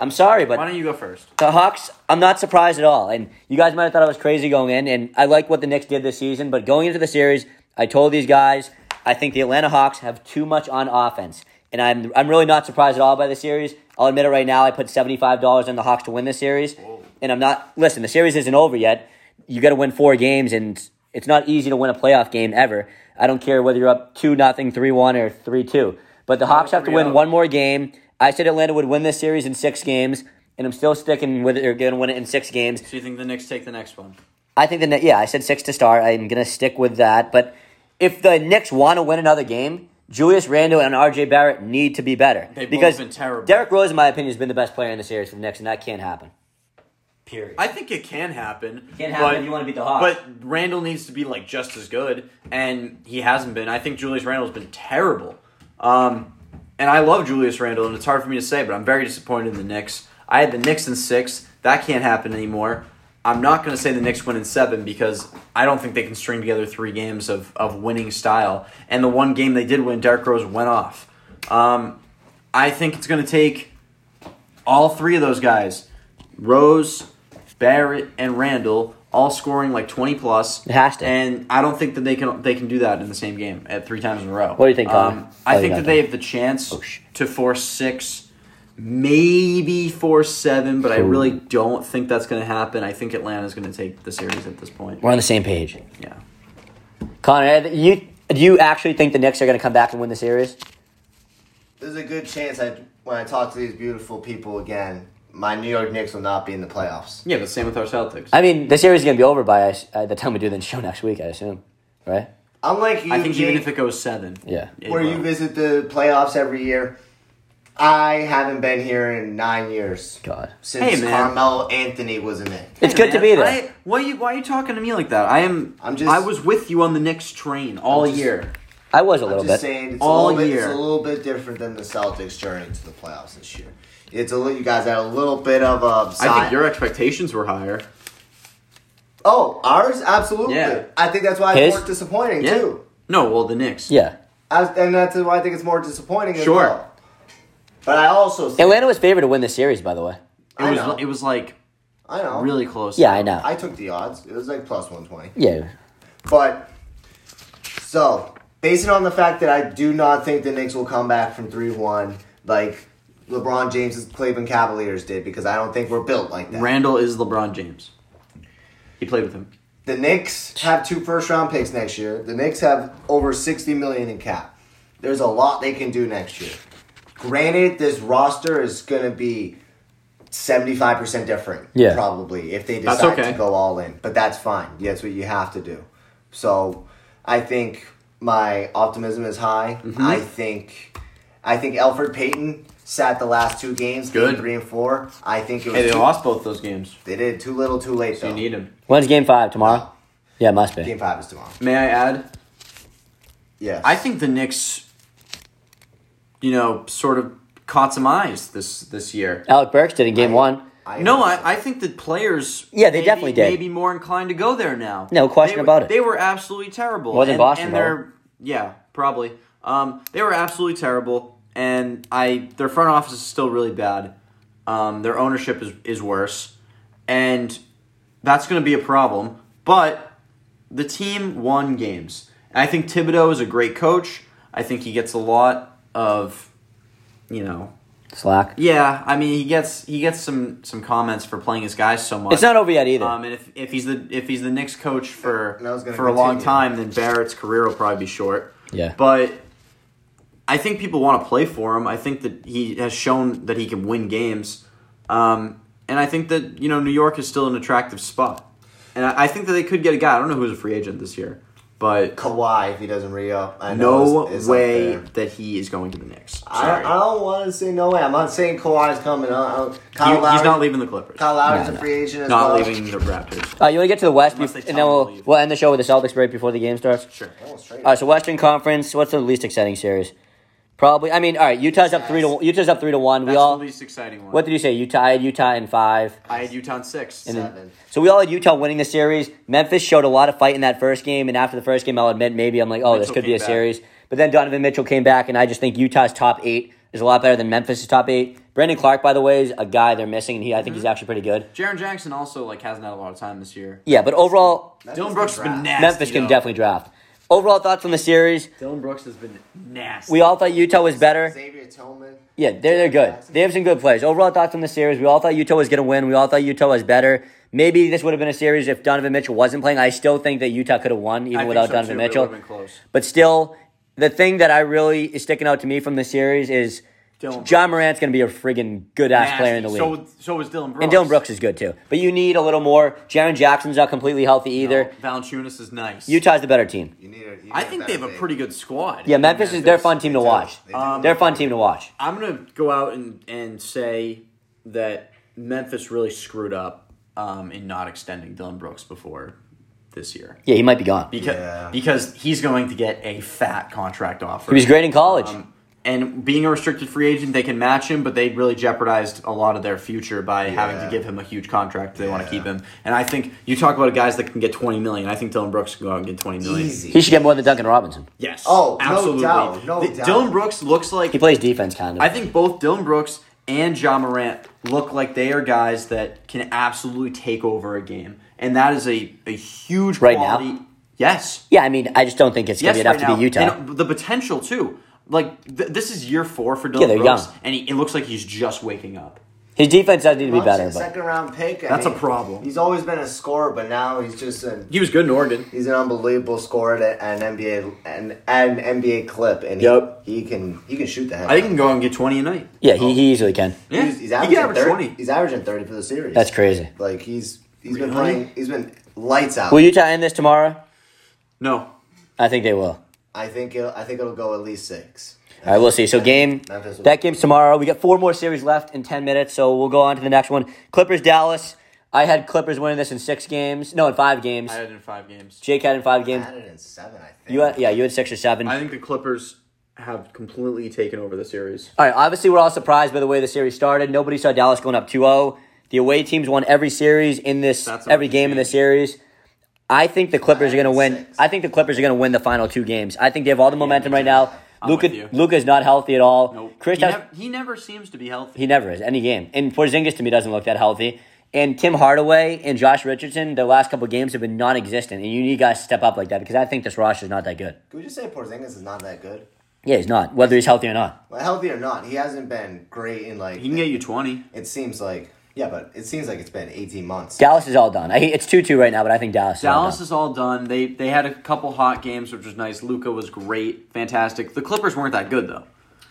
Speaker 1: I'm sorry,
Speaker 2: Why
Speaker 1: but
Speaker 2: don't you go first?
Speaker 1: the Hawks, I'm not surprised at all. And you guys might have thought I was crazy going in, and I like what the Knicks did this season. But going into the series, I told these guys I think the Atlanta Hawks have too much on offense, and I'm I'm really not surprised at all by the series. I'll admit it right now. I put seventy five dollars on the Hawks to win this series, and I'm not. Listen, the series isn't over yet. You got to win four games, and it's not easy to win a playoff game ever. I don't care whether you're up two nothing, three one, or three two. But the Hawks have to
Speaker 2: three
Speaker 1: win
Speaker 2: up.
Speaker 1: one more game. I said Atlanta would win this series in six games, and I'm still sticking with it. They're going to win it in six games.
Speaker 2: So you think the Knicks take the next one?
Speaker 1: I think the Kni- yeah, I said six to start. I'm gonna stick with that. But if the Knicks want to win another game, Julius Randle and R.J. Barrett need to be better.
Speaker 2: They've both
Speaker 1: because
Speaker 2: been terrible.
Speaker 1: Derrick Rose, in my opinion, has been the best player in the series for the Knicks, and that can't happen. Period.
Speaker 2: I think it can happen.
Speaker 1: Can't happen
Speaker 2: but-
Speaker 1: if you wanna beat the Hawks.
Speaker 2: But Randall needs to be like just as good, and he hasn't been. I think Julius Randall's been terrible. Um, and I love Julius Randall, and it's hard for me to say, but I'm very disappointed in the Knicks. I had the Knicks in six. That can't happen anymore. I'm not going to say the Knicks win in seven because I don't think they can string together three games of, of winning style. And the one game they did win, Derrick Rose went off. Um, I think it's going to take all three of those guys Rose, Barrett, and Randall all scoring like twenty plus. It
Speaker 1: has to.
Speaker 2: And I don't think that they can they can do that in the same game at three times in a row.
Speaker 1: What do you think, Connor?
Speaker 2: Um, I
Speaker 1: Oh,
Speaker 2: think
Speaker 1: you
Speaker 2: that
Speaker 1: got
Speaker 2: they
Speaker 1: that. Oh,
Speaker 2: have the chance
Speaker 1: sh-
Speaker 2: to force six, maybe force seven, but I
Speaker 1: Cool.
Speaker 2: really don't think that's going to happen. I think Atlanta's going to take the series at this point.
Speaker 1: We're on the same page,
Speaker 2: Yeah.
Speaker 1: Connor. eh, You do you actually think the Knicks are gonna come back and win the series?
Speaker 3: There's a good chance that when I talk to these beautiful people again, my New York Knicks will not be in the playoffs.
Speaker 2: Yeah, but same with our Celtics.
Speaker 1: I mean, the series is gonna be over by I s- uh, the time we do the show next week, I assume, right?
Speaker 3: Unlike you,
Speaker 2: I think even
Speaker 3: Jake,
Speaker 2: if it goes seven,
Speaker 1: Yeah.
Speaker 2: it
Speaker 3: where you
Speaker 2: will.
Speaker 3: visit the playoffs every year, I haven't been here in nine years
Speaker 1: God,
Speaker 3: since
Speaker 2: Hey, man.
Speaker 3: Carmelo Anthony was in it.
Speaker 1: it's good to
Speaker 2: man,
Speaker 1: be there.
Speaker 2: I, why you why are you talking to me like that? I am
Speaker 3: I'm just-
Speaker 2: I was with you on the next train all
Speaker 3: I'm just-
Speaker 2: year.
Speaker 1: I was a
Speaker 3: I'm
Speaker 1: little
Speaker 3: just
Speaker 1: bit.
Speaker 3: saying, it's
Speaker 2: All
Speaker 3: a little bit,
Speaker 2: year.
Speaker 3: it's a little bit different than the Celtics' journey to the playoffs this year. It's a little, you guys had a little bit of a.
Speaker 2: I think your expectations were higher.
Speaker 3: Oh, ours absolutely.
Speaker 2: Yeah.
Speaker 3: I think that's why
Speaker 1: His?
Speaker 3: it's more disappointing
Speaker 2: Yeah.
Speaker 3: too.
Speaker 2: No, well, the Knicks.
Speaker 1: yeah,
Speaker 3: I, and that's why I think it's more disappointing. As
Speaker 2: Sure.
Speaker 3: well. But I also think,
Speaker 1: Atlanta was favored to win this series, by the way.
Speaker 2: It
Speaker 3: I
Speaker 2: was.
Speaker 3: know.
Speaker 2: It was like
Speaker 3: I know
Speaker 2: really close.
Speaker 1: Yeah, I know.
Speaker 3: I took the odds. It was like plus one twenty.
Speaker 1: yeah,
Speaker 3: But so, based on the fact that I do not think the Knicks will come back from three one like LeBron James's Cleveland Cavaliers did, because I don't think we're built like that.
Speaker 2: Randall is LeBron James. He played with him.
Speaker 3: the Knicks have two first round picks next year. The Knicks have over sixty million in cap. There's a lot they can do next year. Granted, this roster is going to be seventy five percent different.
Speaker 1: Yeah.
Speaker 3: probably if they
Speaker 2: That's
Speaker 3: decide
Speaker 2: okay.
Speaker 3: to go all in, but that's fine. Yeah, that's what you have to do. So, I think my optimism is high.
Speaker 2: Mm-hmm.
Speaker 3: I think, I think Alfred Payton sat the last two games, game
Speaker 2: Good.
Speaker 3: three and four. I think it was
Speaker 2: Hey, they
Speaker 3: too-
Speaker 2: lost both those games.
Speaker 3: They did too little, too late.
Speaker 2: You
Speaker 3: though.
Speaker 2: need him.
Speaker 1: when's Game Five tomorrow? Yeah, it must be.
Speaker 3: game five is tomorrow.
Speaker 2: May I add?
Speaker 3: Yes,
Speaker 2: I think the Knicks, you know, sort of caught some eyes this this year.
Speaker 1: Alec Burks did in Game One.
Speaker 3: I
Speaker 2: No, I, I think the players.
Speaker 1: Yeah, they
Speaker 2: may be-
Speaker 1: definitely did.
Speaker 2: May be more inclined to go there now.
Speaker 1: No question
Speaker 2: They-
Speaker 1: about it.
Speaker 2: They were absolutely terrible.
Speaker 1: Wasn't
Speaker 2: and,
Speaker 1: Boston,
Speaker 2: and they're- Yeah, probably. Um, they were absolutely terrible, and I their front office is still really bad. Um, their ownership is is worse, and that's going to be a problem. But the team won games. I think Thibodeau is a great coach. I think he gets a lot of, you know,
Speaker 1: Slack.
Speaker 2: yeah, I mean he gets he gets some some comments for playing his guys so much.
Speaker 1: It's not over yet either.
Speaker 2: Um, and if, if he's the if he's the Knicks coach for
Speaker 3: And I was
Speaker 2: for a
Speaker 3: gonna
Speaker 2: long
Speaker 3: continue.
Speaker 2: time, then Barrett's career will probably be short.
Speaker 1: Yeah.
Speaker 2: But I think people want to play for him. I think that he has shown that he can win games, um, and I think that you know New York is still an attractive spot, and I, I think that they could get a guy. I don't know who's a free agent this year, but
Speaker 3: Kawhi if he doesn't re up. I know
Speaker 2: no
Speaker 3: is- is up
Speaker 2: way
Speaker 3: there.
Speaker 2: that he is going to the Knicks.
Speaker 3: I,
Speaker 2: Sorry.
Speaker 3: I don't want to say no way. I'm not saying Kawhi's coming. I don't,
Speaker 2: He-
Speaker 3: Kyle Lowry,
Speaker 2: he's not leaving the Clippers.
Speaker 3: Kyle Lowry's
Speaker 1: No,
Speaker 3: a
Speaker 1: no.
Speaker 3: free agent as
Speaker 2: not
Speaker 3: well.
Speaker 2: leaving the Raptors.
Speaker 1: Uh, you want to get to the West,
Speaker 2: Unless they
Speaker 1: and then
Speaker 2: tell him to
Speaker 1: we'll,
Speaker 2: leave.
Speaker 1: we'll end the show with the Celtics break before the game starts.
Speaker 2: Sure.
Speaker 3: Almost
Speaker 2: Uh,
Speaker 3: straight.
Speaker 1: All right, so Western Conference. What's the least exciting series? Probably. I mean, all right. Utah's up three to Utah's up three to one.
Speaker 2: That's
Speaker 1: we all.
Speaker 2: the least exciting one.
Speaker 1: What did you say? Utah I had Utah in five.
Speaker 2: I had Utah in six. Uh,
Speaker 1: And then-
Speaker 3: Seven.
Speaker 1: so we all had Utah winning the series. Memphis showed a lot of fight in that first game, and after the first game, I'll admit maybe I'm like, oh, this
Speaker 2: Mitchell
Speaker 1: could be
Speaker 2: came
Speaker 1: a
Speaker 2: back.
Speaker 1: series. But then Donovan Mitchell came back, and I just think Utah's top eight is a lot better than Memphis' top eight. Brandon Clark, by the way, is a guy they're missing, and he I think
Speaker 2: Mm-hmm.
Speaker 1: he's actually pretty good.
Speaker 2: Jaron Jackson also like hasn't had a lot of time this year.
Speaker 1: Yeah, but overall,
Speaker 3: Memphis
Speaker 2: Dylan
Speaker 3: can
Speaker 2: Brooks has been
Speaker 3: draft.
Speaker 2: nasty.
Speaker 1: Memphis can
Speaker 2: though.
Speaker 1: definitely draft. Overall thoughts on the series?
Speaker 2: Dylan Brooks has been nasty.
Speaker 1: We all thought Utah was better.
Speaker 3: Xavier Tillman.
Speaker 1: Yeah, they're, they're good. They have some good players. Overall thoughts on the series. We all thought Utah was going to win. We all thought Utah was better. Maybe this would have been a series if Donovan Mitchell wasn't playing. I still think that Utah could have won even
Speaker 2: I think
Speaker 1: without
Speaker 2: so,
Speaker 1: Donovan
Speaker 2: too. It
Speaker 1: Mitchell.
Speaker 2: would've been close.
Speaker 1: But still, the thing that I really is sticking out to me from the series is
Speaker 2: Dylan
Speaker 1: John Morant's going to be a friggin' good ass
Speaker 2: Nasty.
Speaker 1: player in the league.
Speaker 2: So so is Dylan Brooks.
Speaker 1: and Dylan Brooks is good too. But you need a little more. Jaron Jackson's not completely healthy either.
Speaker 2: Oh, Valanciunas is nice.
Speaker 1: Utah's the better team.
Speaker 3: You need a, you need
Speaker 2: I think they have a
Speaker 3: better
Speaker 2: pretty Um, good squad.
Speaker 1: Yeah, Memphis is they're a fun team to
Speaker 3: They do.
Speaker 1: watch.
Speaker 3: They do.
Speaker 1: They're a fun team to watch.
Speaker 2: I'm gonna go out and, and say that Memphis really screwed up um, in not extending Dylan Brooks before this year.
Speaker 1: Yeah, he might be gone.
Speaker 2: Because
Speaker 3: Yeah.
Speaker 2: because he's going to get a fat contract offer.
Speaker 1: He was great in college.
Speaker 2: Um, and being a restricted free agent, they can match him, but they really jeopardized a lot of their future by having to
Speaker 3: Yeah.
Speaker 2: give him a huge contract. if They want to
Speaker 3: Yeah.
Speaker 2: keep him, and I think you talk about guys that can get twenty million. I think Dylan Brooks can go out and get twenty million.
Speaker 3: Easy.
Speaker 1: he should get more than Duncan Robinson.
Speaker 2: Yes.
Speaker 3: Oh, no doubt, no
Speaker 2: Th-
Speaker 3: doubt.
Speaker 2: Dylan Brooks looks like
Speaker 1: He plays defense kind of.
Speaker 2: I think both Dylan Brooks and John Morant look like they are guys that can absolutely take over a game, and that is a a huge
Speaker 1: Right now?
Speaker 2: quality. Yes.
Speaker 1: yeah, I mean, I just don't think it's gonna
Speaker 2: yes,
Speaker 1: be enough
Speaker 2: right
Speaker 1: to
Speaker 2: now.
Speaker 1: be Utah.
Speaker 2: And the potential too. Like th- this is year four for Dylan
Speaker 1: Yeah, they're
Speaker 2: Brooks,
Speaker 1: young.
Speaker 2: and he, it looks like he's just waking up.
Speaker 1: His defense does need to be better, but
Speaker 3: Second round pick. I
Speaker 2: That's a
Speaker 3: mean,
Speaker 2: problem.
Speaker 3: He's always been a scorer, but now he's just an
Speaker 2: He was good in Oregon.
Speaker 3: he's an unbelievable scorer at an NBA and an NBA clip, and he,
Speaker 2: Yep.
Speaker 3: he can he can shoot the heck.
Speaker 2: I think he can go out and get twenty a night.
Speaker 1: yeah, he, he easily can.
Speaker 2: Yeah,
Speaker 3: He's, he's
Speaker 2: he
Speaker 3: averaging
Speaker 2: can average
Speaker 3: 30,
Speaker 2: twenty.
Speaker 3: He's averaging thirty for the series.
Speaker 1: That's crazy.
Speaker 3: Like he's he's been
Speaker 2: Really?
Speaker 3: playing. He's been lights out.
Speaker 1: Will Utah end this tomorrow?
Speaker 2: No,
Speaker 1: I think they will.
Speaker 3: I think it'll, I think it'll go at least six.
Speaker 1: All right, we'll see. So game
Speaker 3: Memphis will-
Speaker 1: that game's tomorrow. We got four more series left in ten minutes, so we'll go on to the next one. Clippers Dallas. I had Clippers winning this in six games. No, in five games.
Speaker 2: I had it in five games.
Speaker 1: Jake had it in five
Speaker 3: I
Speaker 1: games.
Speaker 3: had it in seven, I think.
Speaker 1: You had, yeah, you had six or seven.
Speaker 2: I think the Clippers have completely taken over the series.
Speaker 1: All right, obviously, we're all surprised by the way the series started. Nobody saw Dallas going up 2 0. The away teams won every series in this,
Speaker 2: That's
Speaker 1: every
Speaker 2: amazing.
Speaker 1: game in the series. I think the Clippers are going to
Speaker 3: Nine and
Speaker 1: win.
Speaker 3: six.
Speaker 1: I think the Clippers are going to win the final two games. I think they have all the momentum right now.
Speaker 2: I'm with
Speaker 1: Luca
Speaker 2: you.
Speaker 1: Luca's not healthy at all.
Speaker 2: Nope.
Speaker 1: Chris
Speaker 2: he,
Speaker 1: has,
Speaker 2: nev- he never seems to be healthy.
Speaker 1: he never is any game. And Porzingis to me doesn't look that healthy. And Tim Hardaway and Josh Richardson, their last couple games have been non-existent. And you need guys to step up like that because I think this roster is not that good.
Speaker 3: Can we just say Porzingis is not that good?
Speaker 1: Yeah, he's not. Whether he's healthy or not,
Speaker 3: Well, healthy or not, he hasn't been great in like.
Speaker 2: He can get you twenty.
Speaker 3: It seems like yeah, but it seems like it's been eighteen months.
Speaker 1: Dallas is all done. I, hate- it's two-two right now, but I think Dallas. Is
Speaker 2: Dallas
Speaker 1: all
Speaker 2: is all done. They they had a couple hot games, which was nice. Luca was great, fantastic. The Clippers weren't that good though.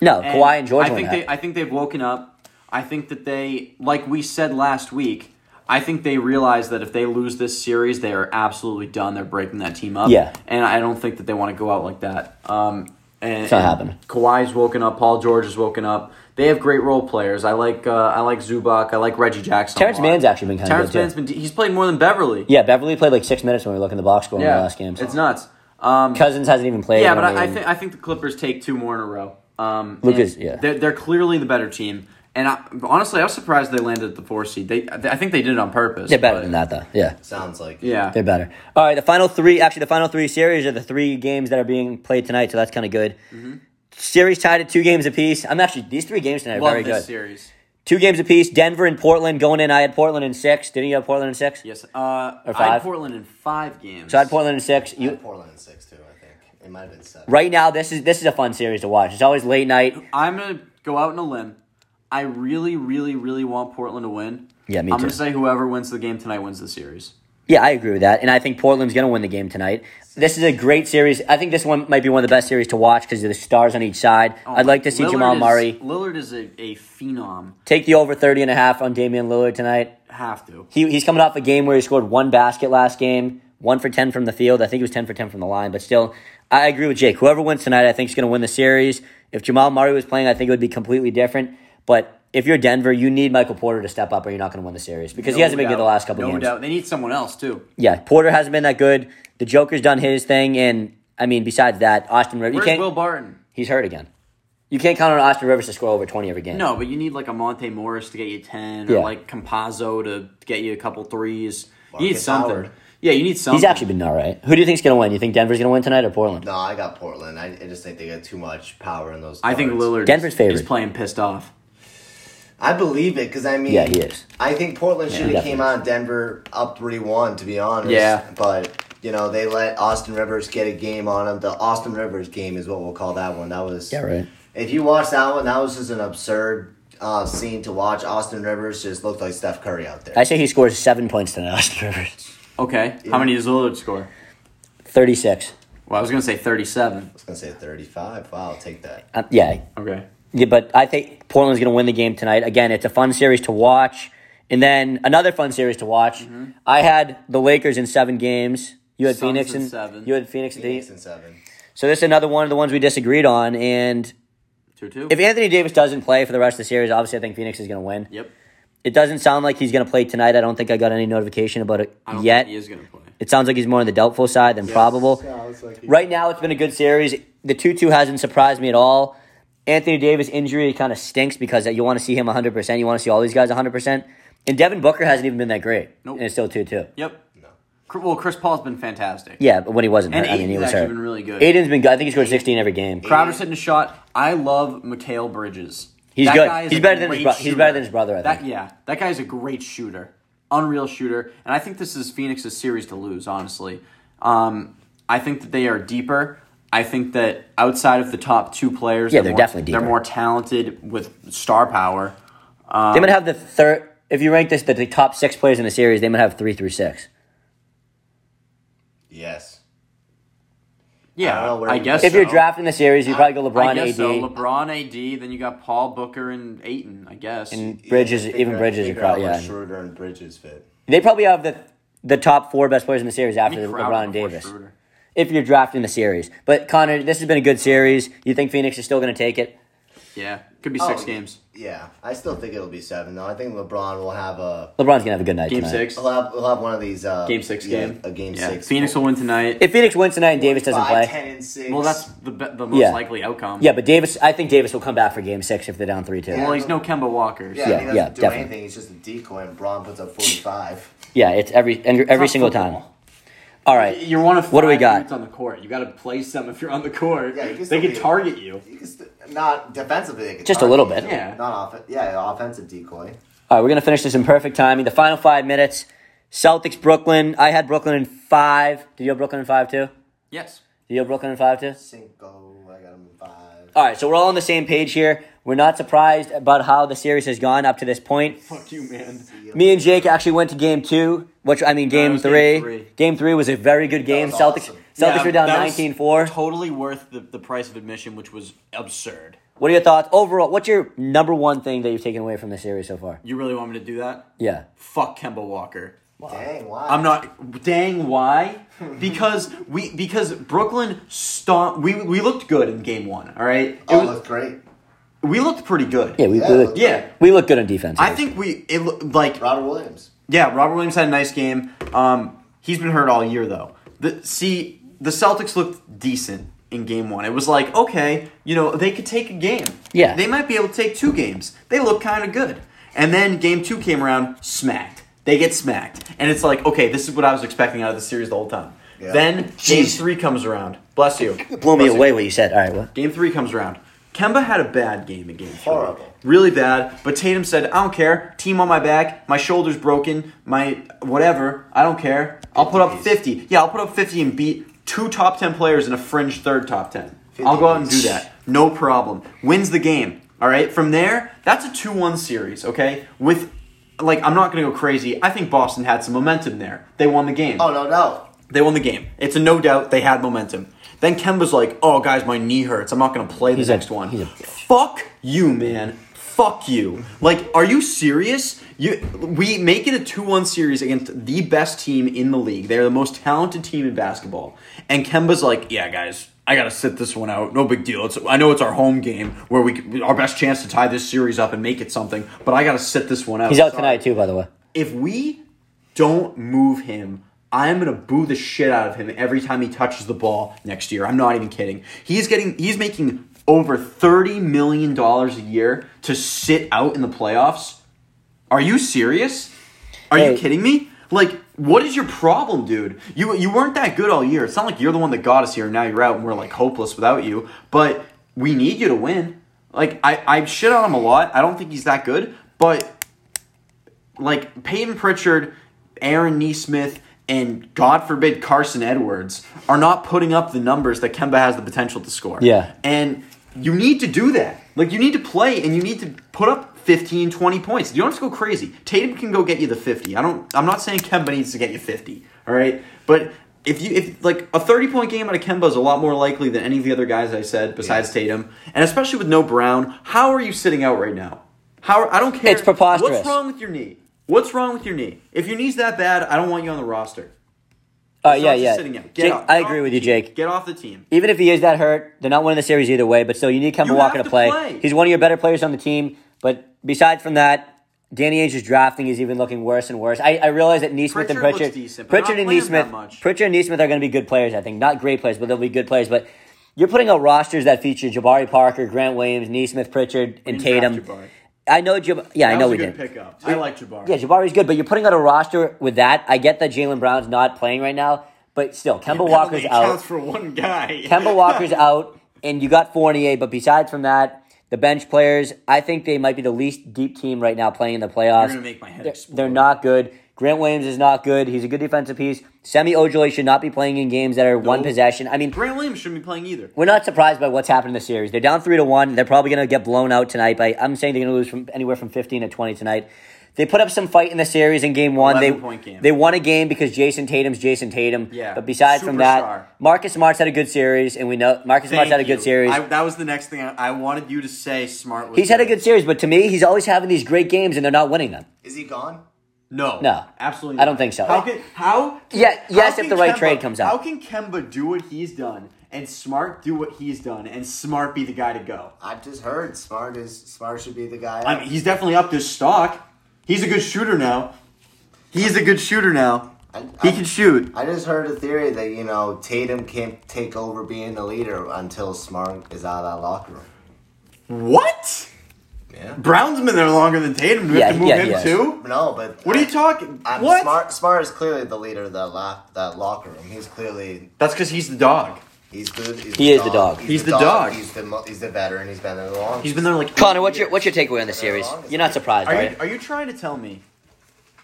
Speaker 1: done. no
Speaker 2: And
Speaker 1: Kawhi and George.
Speaker 2: I
Speaker 1: won
Speaker 2: think
Speaker 1: that.
Speaker 2: they I think they've woken up. I think that they like we said last week. I think they realize that if they lose this series, they are absolutely done. They're breaking that team up.
Speaker 1: Yeah.
Speaker 2: and I don't think that they want to go out like that. Um, and, it's
Speaker 1: not happening.
Speaker 2: Kawhi's woken up. Paul George is woken up. They have great role players. I like uh, I like Zubac. I like Reggie Jackson.
Speaker 1: Terrence
Speaker 2: a lot.
Speaker 1: Mann's actually been kinda
Speaker 2: Terrence
Speaker 1: good, too.
Speaker 2: Mann's been. He's played more than Beverly.
Speaker 1: Yeah, Beverly played like six minutes when we were looking at the box score in the last game.
Speaker 2: It's nuts. Um,
Speaker 1: Cousins hasn't even played.
Speaker 2: yeah, but I, I
Speaker 1: mean,
Speaker 2: think I think the Clippers take two more in a row. Um,
Speaker 1: Lucas,
Speaker 2: and
Speaker 1: yeah.
Speaker 2: they're, they're clearly the better team. And I, honestly, I was surprised they landed at the four seed. They, I think they did it on purpose.
Speaker 1: they're better
Speaker 2: but-
Speaker 1: than that though. Yeah,
Speaker 3: Sounds like
Speaker 2: Yeah,
Speaker 1: they're better. All right, the final three. Actually, the final three series are the three games that are being played tonight, so that's kind of good.
Speaker 2: Mm-hmm.
Speaker 1: Series tied at two games apiece. I'm actually these three games tonight are
Speaker 2: love
Speaker 1: very
Speaker 2: this
Speaker 1: good.
Speaker 2: series.
Speaker 1: Two games apiece. Denver and Portland going in. I had Portland in six. Didn't you have Portland in six?
Speaker 2: Yes, uh, I
Speaker 1: five.
Speaker 2: had Portland in five games.
Speaker 1: So I had Portland in six. You
Speaker 3: Portland in six too. I think it might have been seven.
Speaker 1: right now this is this is a fun series to watch. It's always late night.
Speaker 2: I'm gonna go out on a limb. I really, really, really want Portland to win.
Speaker 1: Yeah, me
Speaker 2: I'm
Speaker 1: too.
Speaker 2: gonna say whoever wins the game tonight wins the series.
Speaker 1: Yeah, I agree with that, and I think Portland's going to win the game tonight. This is a great series. I think this one might be one of the best series to watch because of the stars on each side. I'd like to see
Speaker 2: Oh, Lillard
Speaker 1: Jamal
Speaker 2: is-
Speaker 1: Murray
Speaker 2: Lillard is a, a phenom.
Speaker 1: take the over 30 and a half on Damian Lillard tonight.
Speaker 2: Have to.
Speaker 1: He, he's coming off a game where he scored one basket last game, one for 10 from the field. I think it was 10 for 10 from the line, but still, I agree with Jake. Whoever wins tonight, I think is going to win the series. If Jamal Murray was playing, I think it would be completely different. But if you're Denver, you need Michael Porter to step up, or you're not going to win the series because he
Speaker 2: No
Speaker 1: hasn't been
Speaker 2: doubt.
Speaker 1: good the last couple
Speaker 2: no
Speaker 1: games.
Speaker 2: doubt. They need someone else too.
Speaker 1: yeah, Porter hasn't been that good. The Joker's done his thing, and I mean, besides that, Austin Rivers. You
Speaker 2: Where's
Speaker 1: can't,
Speaker 2: Will Barton?
Speaker 1: he's hurt again. You can't count on Austin Rivers to score over twenty every game.
Speaker 2: No, but you need like a Monte Morris to get you ten, or
Speaker 1: Yeah.
Speaker 2: like Compazzo to get you a couple threes. you need
Speaker 3: Marcus
Speaker 2: something.
Speaker 3: Howard.
Speaker 2: Yeah, you need something.
Speaker 1: he's actually been all right. Who do you think's gonna win? You think Denver's gonna win tonight or Portland?
Speaker 3: No, I got Portland. I, I just think they got too much power in those.
Speaker 2: I think
Speaker 3: guards.
Speaker 2: Lillard
Speaker 1: Denver's
Speaker 2: is,
Speaker 1: favorite.
Speaker 2: is playing pissed off.
Speaker 3: I believe it because I mean,
Speaker 1: Yeah, he is.
Speaker 3: I think Portland should have
Speaker 1: definitely
Speaker 3: came out Denver up three one to be honest.
Speaker 2: Yeah.
Speaker 3: but you know they let Austin Rivers get a game on him. The Austin Rivers game is what we'll call that one. That was
Speaker 1: Yeah, right.
Speaker 3: If you watch that one, that was just an absurd uh, scene to watch. Austin Rivers just looked like Steph Curry out there.
Speaker 1: I say he scores seven points tonight. <laughs> Austin Rivers,
Speaker 2: Okay, how many does Lillard score?
Speaker 1: thirty-six.
Speaker 2: Well, I was gonna say thirty-seven.
Speaker 3: I was gonna say thirty five. Wow, I'll take that.
Speaker 1: Uh, yeah,
Speaker 2: Okay,
Speaker 1: yeah, but I think Portland's gonna win the game tonight. Again, it's a fun series to watch, and then another fun series to watch. I had the Lakers in seven games. You had
Speaker 2: Mm-hmm. Suns
Speaker 1: Phoenix
Speaker 2: in
Speaker 1: and
Speaker 2: seven.
Speaker 1: you had Phoenix,
Speaker 3: Phoenix
Speaker 1: Phoenix.
Speaker 3: in seven.
Speaker 1: So this is another one of the ones we disagreed on, and
Speaker 2: two-two.
Speaker 1: if Anthony Davis doesn't play for the rest of the series, obviously I think Phoenix is going to win.
Speaker 2: yep,
Speaker 1: It doesn't sound like he's going to play tonight. I don't think I got any notification about it
Speaker 2: I don't
Speaker 1: yet.
Speaker 2: think he is gonna play.
Speaker 1: It sounds like he's more on the doubtful side than probable. Right now, it's been a good series. The 2 2 hasn't surprised me at all. Anthony Davis' injury kind of stinks because you want to see him 100%. You want to see all these guys 100%. And Devin Booker hasn't even been that great.
Speaker 2: Nope.
Speaker 1: And it's still 2 2.
Speaker 2: Yep. Cr- Well, Chris Paul's been fantastic.
Speaker 1: Yeah, but when he wasn't
Speaker 2: and
Speaker 1: hurt, I mean, he
Speaker 2: Aiden's
Speaker 1: was
Speaker 2: actually
Speaker 1: hurt.
Speaker 2: been really good.
Speaker 1: Aiden's been good. I think he scored 16 every game.
Speaker 2: Crowder's hitting a shot. I love Mikhail Bridges.
Speaker 1: He's
Speaker 2: That
Speaker 1: good.
Speaker 2: guy is
Speaker 1: He's
Speaker 2: a
Speaker 1: better than his
Speaker 2: great
Speaker 1: bro- he's better than his brother, I
Speaker 2: That-
Speaker 1: think.
Speaker 2: yeah, that guy's a great shooter, unreal shooter, and I think this is Phoenix's series to lose. Honestly, um, I think that they are deeper. I think that outside of the top two players,
Speaker 1: Yeah, they're
Speaker 2: more,
Speaker 1: definitely deeper.
Speaker 2: They're more talented with star power.
Speaker 1: they might have the third. If you rank this, the, the top six players in the series, they might have three through six.
Speaker 3: Yes.
Speaker 2: Yeah,
Speaker 3: I don't know where
Speaker 2: I
Speaker 3: you-
Speaker 2: guess
Speaker 1: If you're
Speaker 2: so.
Speaker 1: drafting the series, you probably go LeBron,
Speaker 2: I guess
Speaker 1: AD,
Speaker 2: so. LeBron, AD, then you got Paul Booker and Aiton. I guess.
Speaker 1: Bridges,
Speaker 3: Figure
Speaker 1: even
Speaker 3: out-
Speaker 1: Bridges. Are
Speaker 3: figure
Speaker 1: probably,
Speaker 3: out where
Speaker 1: yeah.
Speaker 3: Schroeder and Bridges fit.
Speaker 1: They probably have the the top four best players in the series after
Speaker 2: Crowder
Speaker 1: LeBron and
Speaker 2: before
Speaker 1: Davis.
Speaker 2: Schroeder.
Speaker 1: If you're drafting the series, but Connor, this has been a good series. You think Phoenix is still going to take it?
Speaker 2: Yeah, could be six
Speaker 3: Oh.
Speaker 2: games.
Speaker 3: Yeah, I still think it'll be seven though. I think LeBron will have a
Speaker 1: LeBron's gonna have a good night.
Speaker 2: Game
Speaker 1: tonight.
Speaker 2: six.
Speaker 3: he'll have, he'll have one of these uh,
Speaker 2: Game six
Speaker 3: yeah,
Speaker 2: game.
Speaker 3: a game
Speaker 2: Yeah.
Speaker 3: six.
Speaker 2: Phoenix will win tonight.
Speaker 1: If Phoenix wins tonight and Davis doesn't
Speaker 3: Five,
Speaker 1: play,
Speaker 3: 10, and six.
Speaker 2: well, that's the be- the most
Speaker 1: Yeah.
Speaker 2: likely outcome.
Speaker 1: yeah, but Davis, I think Davis will come back for Game Six if they're down three two.
Speaker 2: Well, he's no Kemba Walker. so-
Speaker 3: yeah,
Speaker 1: yeah,
Speaker 3: he doesn't
Speaker 1: yeah,
Speaker 3: do
Speaker 1: definitely.
Speaker 3: anything. He's just a decoy, and Braun puts up forty five.
Speaker 1: Yeah, it's every every, every
Speaker 2: not
Speaker 1: single
Speaker 2: football.
Speaker 1: time. All right.
Speaker 2: You're one of
Speaker 1: What do we
Speaker 2: five
Speaker 1: got?
Speaker 2: dudes on the court. You got to place them if you're on the court.
Speaker 3: Yeah, you can
Speaker 2: they
Speaker 3: still
Speaker 2: can
Speaker 3: be-
Speaker 2: target you.
Speaker 3: You can st- not defensively. they can
Speaker 1: Just a
Speaker 3: target
Speaker 1: little
Speaker 3: you.
Speaker 1: bit.
Speaker 2: Yeah.
Speaker 3: Not off. Yeah, offensive decoy.
Speaker 1: All right, we're gonna finish this in perfect timing. The final five minutes. Celtics, Brooklyn. I had Brooklyn in five. Did you have Brooklyn in five too?
Speaker 2: Yes.
Speaker 1: Did you have Brooklyn in five too?
Speaker 3: Cinco. I got him in five.
Speaker 1: All right, so we're all on the same page here. We're not surprised about how the series has gone up to this point.
Speaker 2: Fuck you, man.
Speaker 1: Me and Jake actually went to game two, which I mean
Speaker 2: it
Speaker 1: game
Speaker 2: was
Speaker 1: three.
Speaker 2: game three.
Speaker 1: Game three was a very good game.
Speaker 3: was
Speaker 1: Celtics
Speaker 3: awesome.
Speaker 1: Celtics
Speaker 2: Yeah,
Speaker 1: were down
Speaker 2: that was
Speaker 1: 19-4.
Speaker 2: Totally worth the, the price of admission, which was absurd.
Speaker 1: What are your thoughts overall? What's your number one thing that you've taken away from the series so far?
Speaker 2: You really want me to do that?
Speaker 1: Yeah.
Speaker 2: Fuck Kemba Walker.
Speaker 3: Dang, why?
Speaker 2: I'm not. Dang,
Speaker 3: <laughs>
Speaker 2: why? Because we because Brooklyn stomped. We we looked good in game one. All right. It
Speaker 3: Oh,
Speaker 2: was-
Speaker 3: that's great.
Speaker 2: we looked pretty good.
Speaker 1: Yeah, we,
Speaker 3: Yeah.
Speaker 1: we look
Speaker 2: Yeah.
Speaker 1: we look good on defense.
Speaker 2: I think we it lo- like
Speaker 3: Robert Williams.
Speaker 2: Yeah, Robert Williams had a nice game. Um, he's been hurt all year though. The see the Celtics looked decent in game one. It was like okay, you know they could take a game.
Speaker 1: Yeah.
Speaker 2: they might be able to take two games. They look kind of good. And then game two came around, smacked. They get smacked, and it's like okay, this is what I was expecting out of the series the whole time.
Speaker 3: Yeah.
Speaker 2: Then game
Speaker 1: Jeez.
Speaker 2: three comes around. Bless you.
Speaker 1: blew me
Speaker 2: Bless you.
Speaker 1: away what you said. All right, what?
Speaker 2: Game three comes around. Kemba had a bad game in game three.
Speaker 3: Horrible.
Speaker 2: Really bad. But Tatum said, I don't care. Team on my back. My shoulder's broken. My whatever. I don't care. I'll put up
Speaker 3: 50
Speaker 2: 50. Yeah, I'll put up 50 and beat two top 10 players in a fringe third top 10. I'll go out and do that. No problem. Wins the game. All right. From there, that's a 2 1 series, okay? With, like, I'm not going to go crazy. I think Boston had some momentum there. They won the game.
Speaker 3: Oh no, no.
Speaker 2: They won the game. It's a no doubt they had momentum. Then Kemba's like, "Oh guys, my knee hurts. I'm not going to play the
Speaker 1: He's a-
Speaker 2: next one."
Speaker 1: he's a bitch.
Speaker 2: Fuck you, man. Fuck you. Like, are you serious? You we make it a 2-1 series against the best team in the league. They're the most talented team in basketball. And Kemba's like, "Yeah, guys, I got to sit this one out. No big deal. It's I know it's our home game where we c- our best chance to tie this series up and make it something, but I got to sit this one out."
Speaker 1: He's out
Speaker 2: Sorry
Speaker 1: tonight too, by the way.
Speaker 2: if we don't move him, I'm gonna boo the shit out of him every time he touches the ball next year. I'm not even kidding. He's getting he's making over thirty million dollars a year to sit out in the playoffs. Are you serious? Are
Speaker 1: Hey.
Speaker 2: you kidding me? Like, what is your problem, dude? You you weren't that good all year. It's not like you're the one that got us here. and Now you're out, and we're like hopeless without you. But we need you to win. Like, I I shit on him a lot. I don't think he's that good, but like Peyton Pritchard, Aaron Neesmith, and God forbid Carson Edwards are not putting up the numbers that Kemba has the potential to score.
Speaker 1: Yeah.
Speaker 2: And you need to do that. Like you need to play and you need to put up 15, 20 points. You don't have to go crazy. Tatum can go get you the 50. I don't I'm not saying Kemba needs to get you 50, all right? But if you if like a 30 point game out of Kemba is a lot more likely than any of the other guys I said besides Tatum, and especially with no Brown, how are you sitting out right now? How I don't care.
Speaker 1: It's preposterous.
Speaker 2: What's wrong with your knee? What's wrong with your knee? If your knee's that bad, I don't want you on the roster.
Speaker 1: Uh,
Speaker 2: Stop
Speaker 1: yeah,
Speaker 2: just
Speaker 1: yeah.
Speaker 2: Sitting out. Get
Speaker 1: Jake,
Speaker 2: off-
Speaker 1: I
Speaker 2: off
Speaker 1: agree with
Speaker 2: the
Speaker 1: you,
Speaker 2: team.
Speaker 1: Jake.
Speaker 2: Get off the team.
Speaker 1: Even if he is that hurt, they're not winning the series either way. But still, you need Kemba
Speaker 2: You
Speaker 1: Walker
Speaker 2: have
Speaker 1: to
Speaker 2: to
Speaker 1: play.
Speaker 2: play.
Speaker 1: He's one of your better players on the team. But besides from that, Danny Ainge's drafting is even looking worse and worse. I, I realize that Neesmith and
Speaker 2: Pritchard looks
Speaker 1: Pritchard,
Speaker 2: decent, but
Speaker 1: Pritchard
Speaker 2: not
Speaker 1: and
Speaker 2: playing that
Speaker 1: Neesmith,
Speaker 2: much.
Speaker 1: Pritchard and Neesmith are going to be good players. I think not great players, but they'll be good players. But you're putting out rosters that feature Jabari Parker, Grant Williams, Neesmith, Pritchard, and Tatum. I know, Jab- yeah, I
Speaker 2: That
Speaker 1: know
Speaker 2: was
Speaker 1: we
Speaker 2: a good
Speaker 1: did.
Speaker 2: pickup. I like Jabari.
Speaker 1: Yeah, Jabari's good, but you're putting out a roster with that. I get that Jalen Brown's not playing right now, but still, Kemba Walker's out.
Speaker 2: for one
Speaker 1: <laughs>
Speaker 2: guy.
Speaker 1: Kemba Walker's
Speaker 2: <laughs>
Speaker 1: out, and you got Fournier. But besides from that, the bench players, I think they might be the least deep team right now playing in the playoffs.
Speaker 2: You're gonna make my head
Speaker 1: They're-
Speaker 2: explode.
Speaker 1: They're not good. Grant Williams is not good. He's a good defensive piece. Semi Ojale should not be playing in games that are one
Speaker 2: Nope.
Speaker 1: possession. I mean,
Speaker 2: Grant Williams shouldn't be playing either.
Speaker 1: we're not surprised by what's happened in the series. They're down three to one. They're probably going to get blown out tonight. By I'm saying they're going to lose from anywhere from 15 to 20 tonight. They put up some fight in the series in game one. They
Speaker 2: 11-point game.
Speaker 1: they won a game because Jason Tatum's Jason Tatum.
Speaker 2: Yeah.
Speaker 1: But besides from
Speaker 2: Superstar.
Speaker 1: that, Marcus Smart's had a good series, and we know Marcus Smart's had a good series.
Speaker 2: that was the next thing I, I wanted you to say. Smart. Was
Speaker 1: he's had a good series, but to me, he's always having these great games, and they're not winning them.
Speaker 3: Is he gone?
Speaker 2: No.
Speaker 1: No.
Speaker 2: Absolutely.
Speaker 1: I don't think so.
Speaker 2: How can how?
Speaker 1: Yeah, yes,
Speaker 2: how
Speaker 1: if
Speaker 2: can
Speaker 1: the right
Speaker 2: Kemba-
Speaker 1: trade comes out.
Speaker 2: How can Kemba do what he's done and Smart do what he's done, and Smart be the guy to go.
Speaker 3: I've just heard Smart is Smart should be the guy.
Speaker 2: I mean, he's definitely up this stock. He's a good shooter now. He's a good shooter now.
Speaker 3: I,
Speaker 2: He
Speaker 3: I-
Speaker 2: can shoot.
Speaker 3: I just heard a theory that you know Tatum can't take over being the leader until Smart is out of that locker room.
Speaker 2: What?
Speaker 3: Yeah.
Speaker 2: Brown's been there longer than Tatum. Do we
Speaker 1: Yeah,
Speaker 2: have to move
Speaker 1: yeah,
Speaker 2: him
Speaker 1: he has.
Speaker 2: too?
Speaker 3: No, but
Speaker 2: What are you talking?
Speaker 3: I'm
Speaker 2: what?
Speaker 3: Smart Smart is clearly the leader of that lo- that locker room. He's clearly
Speaker 2: That's because he's the dog.
Speaker 3: he's good. He's
Speaker 1: He is the dog.
Speaker 2: He's the dog.
Speaker 3: He's the mo- he's the veteran. He's been there the longest.
Speaker 2: He's been there like.
Speaker 1: Connor,
Speaker 2: eight
Speaker 1: what's your
Speaker 2: years.
Speaker 1: what's your takeaway on the series? You're not surprised,
Speaker 2: Are
Speaker 1: right?
Speaker 2: you, are you trying to tell me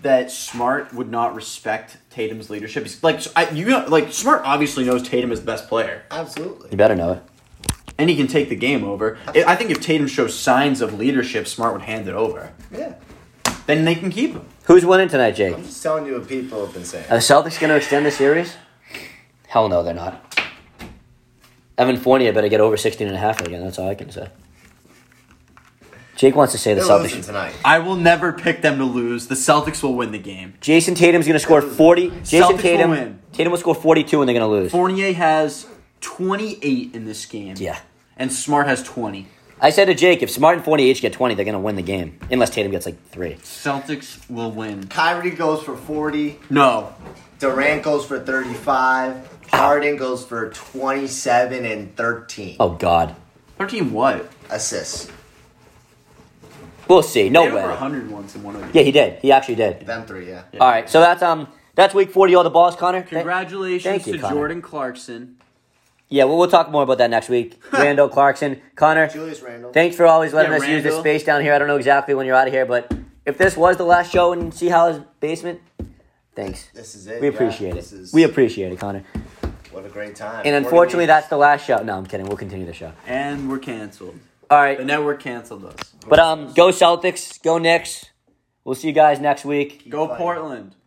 Speaker 2: that Smart would not respect Tatum's leadership? He's- Like I, you know, like Smart obviously knows Tatum is the best player,
Speaker 1: You
Speaker 3: absolutely.
Speaker 1: better know it.
Speaker 2: and he can take the game over. I I think if Tatum shows signs of leadership, Smart would hand it over.
Speaker 3: Yeah.
Speaker 2: Then they can keep him.
Speaker 1: Who's winning tonight, Jake?
Speaker 3: I'm just telling you what people have been saying.
Speaker 1: Are the Celtics going to extend the series? Hell no, they're not. Evan Fournier better get over 16 and a half again. That's all I can say. Jake wants to say the
Speaker 3: They're losing
Speaker 1: Celtics.
Speaker 3: tonight.
Speaker 2: I will never pick them to lose. The Celtics will win the game.
Speaker 1: Jason Tatum's going to score 40.
Speaker 2: Celtics
Speaker 1: Jason
Speaker 2: will
Speaker 1: Tatum.
Speaker 2: win.
Speaker 1: Tatum will score 42 and they're going to lose.
Speaker 2: Fournier has 28 in this game.
Speaker 1: Yeah.
Speaker 2: And Smart has 20.
Speaker 1: I said to Jake, if Smart and Fournier each get 20, they're going to win the game. Unless Tatum gets like three.
Speaker 2: Celtics will win.
Speaker 3: Kyrie goes for 40.
Speaker 2: No.
Speaker 3: Durant goes for 35. Harden goes for 27 and 13
Speaker 1: Oh, God.
Speaker 2: 13 what?
Speaker 3: assists.
Speaker 1: Oh, We'll see. No
Speaker 2: They had over
Speaker 1: way.
Speaker 2: 100 once in one of these.
Speaker 1: Yeah, he did. He actually did.
Speaker 3: Them three, yeah.
Speaker 1: All right, so that's um that's week 40 all the balls, Connor. Thank-
Speaker 2: Congratulations
Speaker 1: Thank you,
Speaker 2: to
Speaker 1: Connor.
Speaker 2: Jordan Clarkson.
Speaker 1: Yeah, well, we'll talk more about that next
Speaker 2: <laughs>
Speaker 1: week. Randall Clarkson, Connor.
Speaker 3: Julius Randle.
Speaker 1: Thanks for always letting
Speaker 2: Yeah,
Speaker 1: us use this
Speaker 2: Randall.
Speaker 1: space down here. I don't know exactly when you're out of here, but if this was the last show in Seahaw's basement, thanks.
Speaker 3: This is it.
Speaker 1: We
Speaker 3: yeah.
Speaker 1: appreciate
Speaker 3: This
Speaker 1: it.
Speaker 3: is-
Speaker 1: We appreciate it, Connor.
Speaker 3: What a great time.
Speaker 1: And
Speaker 3: 40
Speaker 1: unfortunately,
Speaker 3: minutes.
Speaker 1: that's the last show. No, I'm kidding. We'll continue the show.
Speaker 2: And we're canceled.
Speaker 1: All
Speaker 2: The
Speaker 1: right,
Speaker 2: network canceled us.
Speaker 1: but um, go Celtics, go Knicks. We'll see you guys next week.
Speaker 2: Go
Speaker 3: fighting.
Speaker 2: Portland.